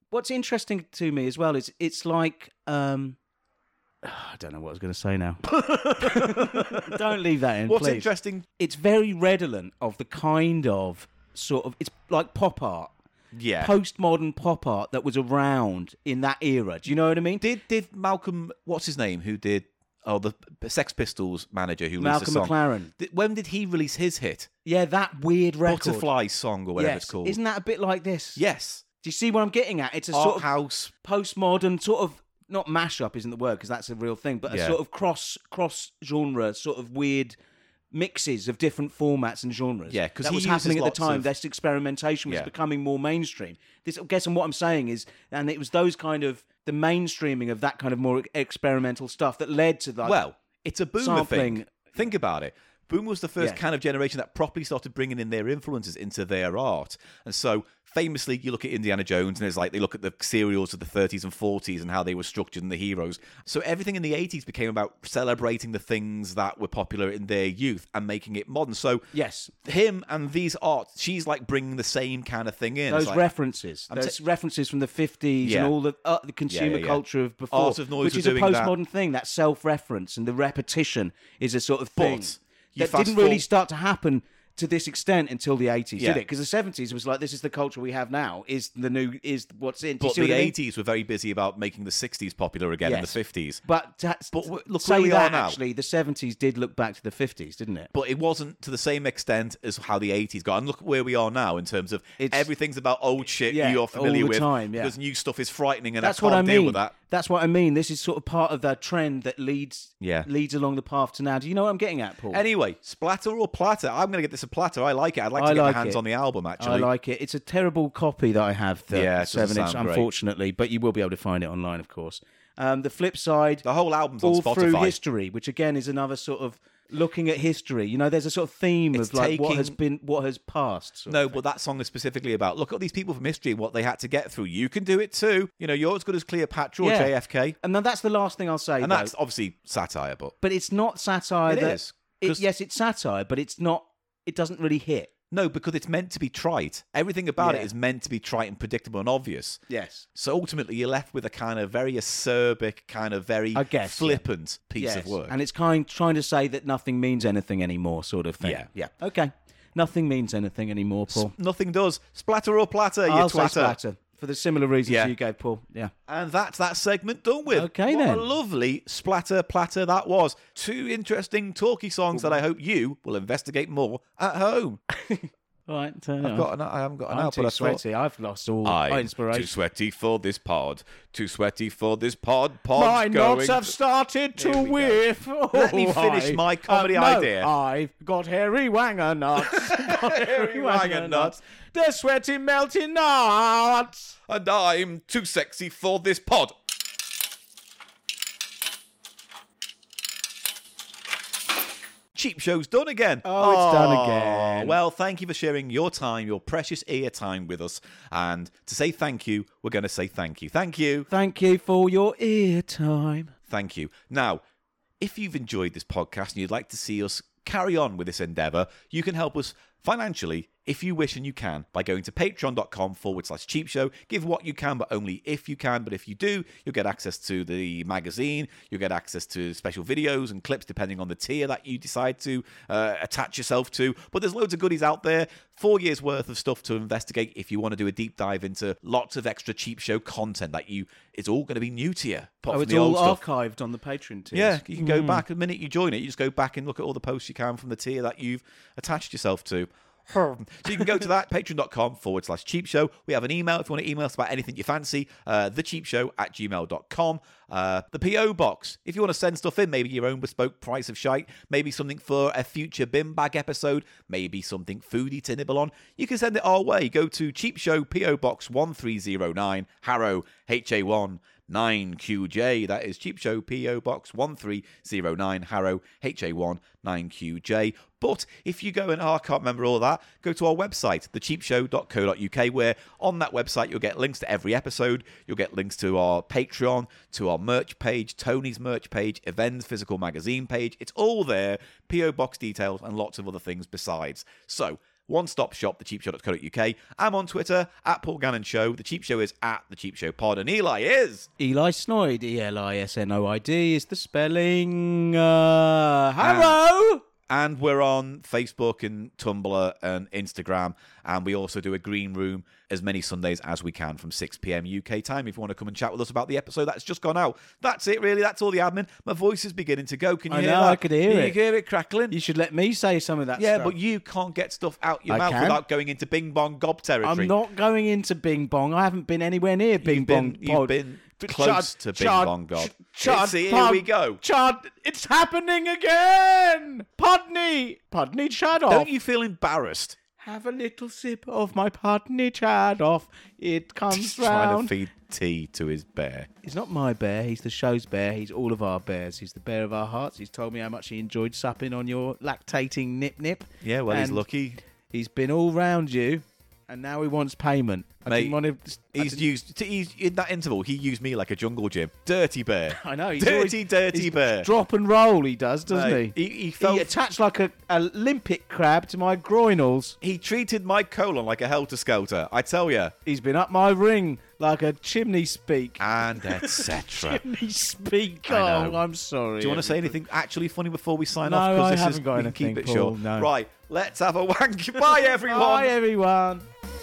S1: what's interesting to me as well is it's like um, I don't know what I was going to say now. don't leave that in.
S2: What's
S1: please.
S2: interesting
S1: It's very redolent of the kind of sort of it's like pop art.
S2: Yeah.
S1: Postmodern pop art that was around in that era. Do you know what I mean?
S2: Did did Malcolm what's his name who did oh the Sex Pistols manager who released the
S1: Malcolm
S2: song
S1: McLaren.
S2: Did- when did he release his hit
S1: Yeah, that weird record.
S2: Butterfly Song or whatever
S1: yes.
S2: it's called?
S1: Isn't that a bit like this?
S2: yes,
S1: Do you see what I'm getting at? It's a
S2: art
S1: sort of
S2: house.
S1: postmodern sort of not mashup isn't the word because that's a real thing, but
S2: Yeah.
S1: a sort of cross cross genre, sort of weird mixes of different formats and genres.
S2: Yeah, 'cause
S1: that
S2: he
S1: was happening
S2: uses
S1: at the
S2: lots
S1: time.
S2: of-
S1: This experimentation was
S2: Yeah.
S1: becoming more mainstream. This, I guess, and what I'm saying is, and it was those kind of the mainstreaming of that kind of more e-, experimental stuff that led to that.
S2: Well, it's a boomer thing.
S1: sampling-
S2: Think about it. Boomer was the first
S1: Yeah.
S2: kind of generation that properly started bringing in their influences into their art. And so, famously, you look at Indiana Jones, and it's like they look at the serials of the 30s and 40s and how they were structured and the heroes. So, everything in the 80s became about celebrating the things that were popular in their youth and making it modern. So,
S1: yes,
S2: him and these art, she's like bringing the same kind of thing in. It's
S1: those
S2: like,
S1: references,
S2: I'm
S1: those
S2: ta-
S1: references from the fifties
S2: Yeah.
S1: and all the uh, the consumer
S2: yeah.
S1: culture of before,
S2: Art of Noise
S1: which
S2: were
S1: is a
S2: doing that.
S1: postmodern thing. That self-reference and the repetition is a sort of thing
S2: But you
S1: that
S2: fast
S1: didn't really
S2: forward-
S1: start to happen to this extent until the eighties,
S2: Yeah.
S1: did it? Because the seventies was like this is the culture we have now. Is the new is what's in? Do you
S2: but
S1: see what
S2: the
S1: I mean?
S2: 80s were very busy about making the 60s popular again
S1: Yes.
S2: and the 50s.
S1: But to,
S2: But
S1: but
S2: w- look
S1: say
S2: where we are
S1: that
S2: now.
S1: actually, the seventies did look back to the fifties, didn't it?
S2: but it wasn't to the same extent as how the 80s got. And look where we are now in terms of
S1: It's-
S2: everything's about old shit
S1: Yeah,
S2: you're familiar
S1: all the
S2: with
S1: time, yeah.
S2: because new stuff is frightening and
S1: That's
S2: I can't
S1: what I
S2: deal
S1: mean.
S2: with that.
S1: That's what I mean. This is sort of part of that trend that leads
S2: Yeah.
S1: leads along the path to now. Do you know what I'm getting at, Paul?
S2: Anyway, splatter or platter? I'm going to get this a platter. I like it. I'd like to
S1: I
S2: get
S1: like
S2: my hands
S1: it.
S2: on the album actually.
S1: I like it. It's a terrible copy that I have, the
S2: Yeah, it doesn't
S1: seven inch,
S2: sound great.
S1: unfortunately, but you will be able to find it online, of course. Um, the flip side,
S2: the whole album's
S1: all
S2: on Spotify.
S1: through history, which again is another sort of looking at history. You know, there's a sort of theme
S2: It's
S1: of like what
S2: taking-
S1: has been, what has passed. sort of.
S2: No, but that song is specifically about look at these people from history and what they had to get through. You can do it too. You know, you're as good as Cleopatra
S1: Yeah.
S2: or JFK.
S1: And then that's the last thing I'll say.
S2: And
S1: though.
S2: that's obviously satire, but
S1: but it's not satire.
S2: It
S1: that,
S2: is,
S1: it-
S2: 'cause-
S1: yes, it's satire, but it's not. It doesn't really hit.
S2: no, because it's meant to be trite. Everything about
S1: Yeah.
S2: it is meant to be trite and predictable and obvious.
S1: Yes.
S2: So ultimately, you're left with a kind of very acerbic, kind of very
S1: I guess, yeah.
S2: flippant piece
S1: yes.
S2: of work.
S1: And it's kind trying to say that nothing means anything anymore, sort of thing.
S2: Yeah.
S1: Yeah. Okay. Nothing means anything anymore, Paul.
S2: Nothing does. Splatter or platter, you
S1: I'll say
S2: twatter.
S1: splatter for the similar reasons
S2: Yeah.
S1: you gave, Paul. Yeah.
S2: And that's that segment done with.
S1: Okay,
S2: What
S1: then.
S2: a lovely splatter platter that was. Two interesting talky songs that I hope you will investigate more at home.
S1: All right. Turn it
S2: I've
S1: on.
S2: got an, I haven't got an
S1: I'm
S2: out,
S1: too
S2: but I thought-
S1: sweaty. I've lost all
S2: I'm too
S1: inspiration.
S2: sweaty for this pod. Too sweaty for this pod. Pod
S1: My
S2: going.
S1: knots have started to
S2: Here we go.
S1: whiff.
S2: Let me
S1: Oh,
S2: finish
S1: I-
S2: my comedy
S1: uh, no,
S2: idea.
S1: I've got hairy wanger knots. Got
S2: Hairy
S1: hairy
S2: wanger
S1: wanger knots.
S2: knots.
S1: They're sweaty, melty knots.
S2: and I'm too sexy for this pod. Cheap show's done again.
S1: Oh, it's done again.
S2: Well, thank you for sharing your time, your precious ear time with us. And to say thank you, we're going to say thank you. Thank you.
S1: Thank you for your ear time.
S2: Thank you. Now, if you've enjoyed this podcast and you'd like to see us carry on with this endeavor, you can help us financially if you wish and you can by going to patreon.com forward slash cheap show. Give what you can, but only if you can. But if you do, you'll get access to the magazine, you'll get access to special videos and clips depending on the tier that you decide to uh, attach yourself to. But there's loads of goodies out there, four years worth of stuff to investigate if you want to do a deep dive into lots of extra cheap show content that you, it's all going to be new to you. apart
S1: Oh,
S2: from
S1: it's
S2: the
S1: all
S2: old stuff.
S1: archived on the Patreon tiers.
S2: Yeah, you can go back the minute you join it. You just go back and look at all the posts you can from the tier that you've attached yourself to. so you can go to that patreon.com forward slash cheap show. We have an email if you want to email us about anything you fancy, uh, thecheapshow at gmail.com. Uh, the PO box, if you want to send stuff in, maybe your own bespoke price of shite, maybe something for a future bin bag episode, maybe something foodie to nibble on, you can send it our way. Go to cheap show PO box 1309 Harrow HA1 9QJ. That is Cheap Show PO Box 1309 Harrow HA1 9QJ. But if you go and oh, I can't remember all that, go to our website, thecheapshow.co.uk, where on that website you'll get links to every episode. You'll get links to our Patreon, to our merch page, Tony's merch page, Evans physical magazine page. It's all there, PO Box details, and lots of other things besides. So, one stop shop, thecheapshow.co.uk. I'm on Twitter at Paul Gannon Show. The Cheap Show is at The Cheap Show Pod. And Eli is.
S1: Eli Snoid, E L I S N O I D, is the spelling. Uh, Harrow!
S2: And we're on Facebook and Tumblr and Instagram. And we also do a green room as many Sundays as we can from 6 p.m. UK time if you want to come and chat with us about the episode that's just gone out. That's it, really. That's all the admin. My voice is beginning to go. Can you
S1: I
S2: hear
S1: know,
S2: that?
S1: I could hear
S2: Can You
S1: it.
S2: hear it crackling?
S1: You should let me say some of that
S2: yeah,
S1: stuff.
S2: but you can't get stuff out your
S1: I
S2: mouth
S1: can.
S2: without going into bing bong gob territory.
S1: I'm not going into Bing Bong. I haven't been anywhere near Bing
S2: You've
S1: Bong.
S2: been, you've
S1: Pod.
S2: been
S1: But
S2: close
S1: Chad,
S2: to bing
S1: Chad,
S2: bong gob.
S1: Ch- Chad,
S2: See, here
S1: Pod-
S2: we go.
S1: Chad, it's happening again. Pudney, Pudney Chad off.
S2: Don't you feel embarrassed?
S1: Have a little sip of my Pudney Chad off. It comes
S2: He's trying to
S1: round.
S2: feed tea to his bear.
S1: He's not my bear. He's the show's bear. He's all of our bears. He's the bear of our hearts. He's told me how much he enjoyed supping on your lactating nip nip.
S2: Yeah, well, he's
S1: And
S2: lucky.
S1: He's been all round you, and now he wants payment. I
S2: Mate,
S1: didn't want to. I
S2: He's used t- he's in that interval. He used me like a jungle gym. Dirty bear.
S1: I know. He's
S2: dirty,
S1: always-
S2: dirty
S1: he's
S2: bear.
S1: Drop and roll, he does, doesn't
S2: Mate,
S1: he?
S2: he- he felt-
S1: attached like a, a limpet crab to my groinals.
S2: he treated my colon like a helter skelter. I tell you.
S1: He's been up my ring like a chimney speak.
S2: And etc. Do
S1: Chimney speak.
S2: Ah. I
S1: Oh,
S2: know.
S1: I'm sorry.
S2: you want to say
S1: everybody.
S2: anything actually funny before we sign
S1: No,
S2: off? 'Cause
S1: I
S2: this is-
S1: haven't got
S2: we can
S1: anything,
S2: keep it
S1: Paul,
S2: short.
S1: no.
S2: Right, let's have a wank. Bye everyone.
S1: Bye, everyone.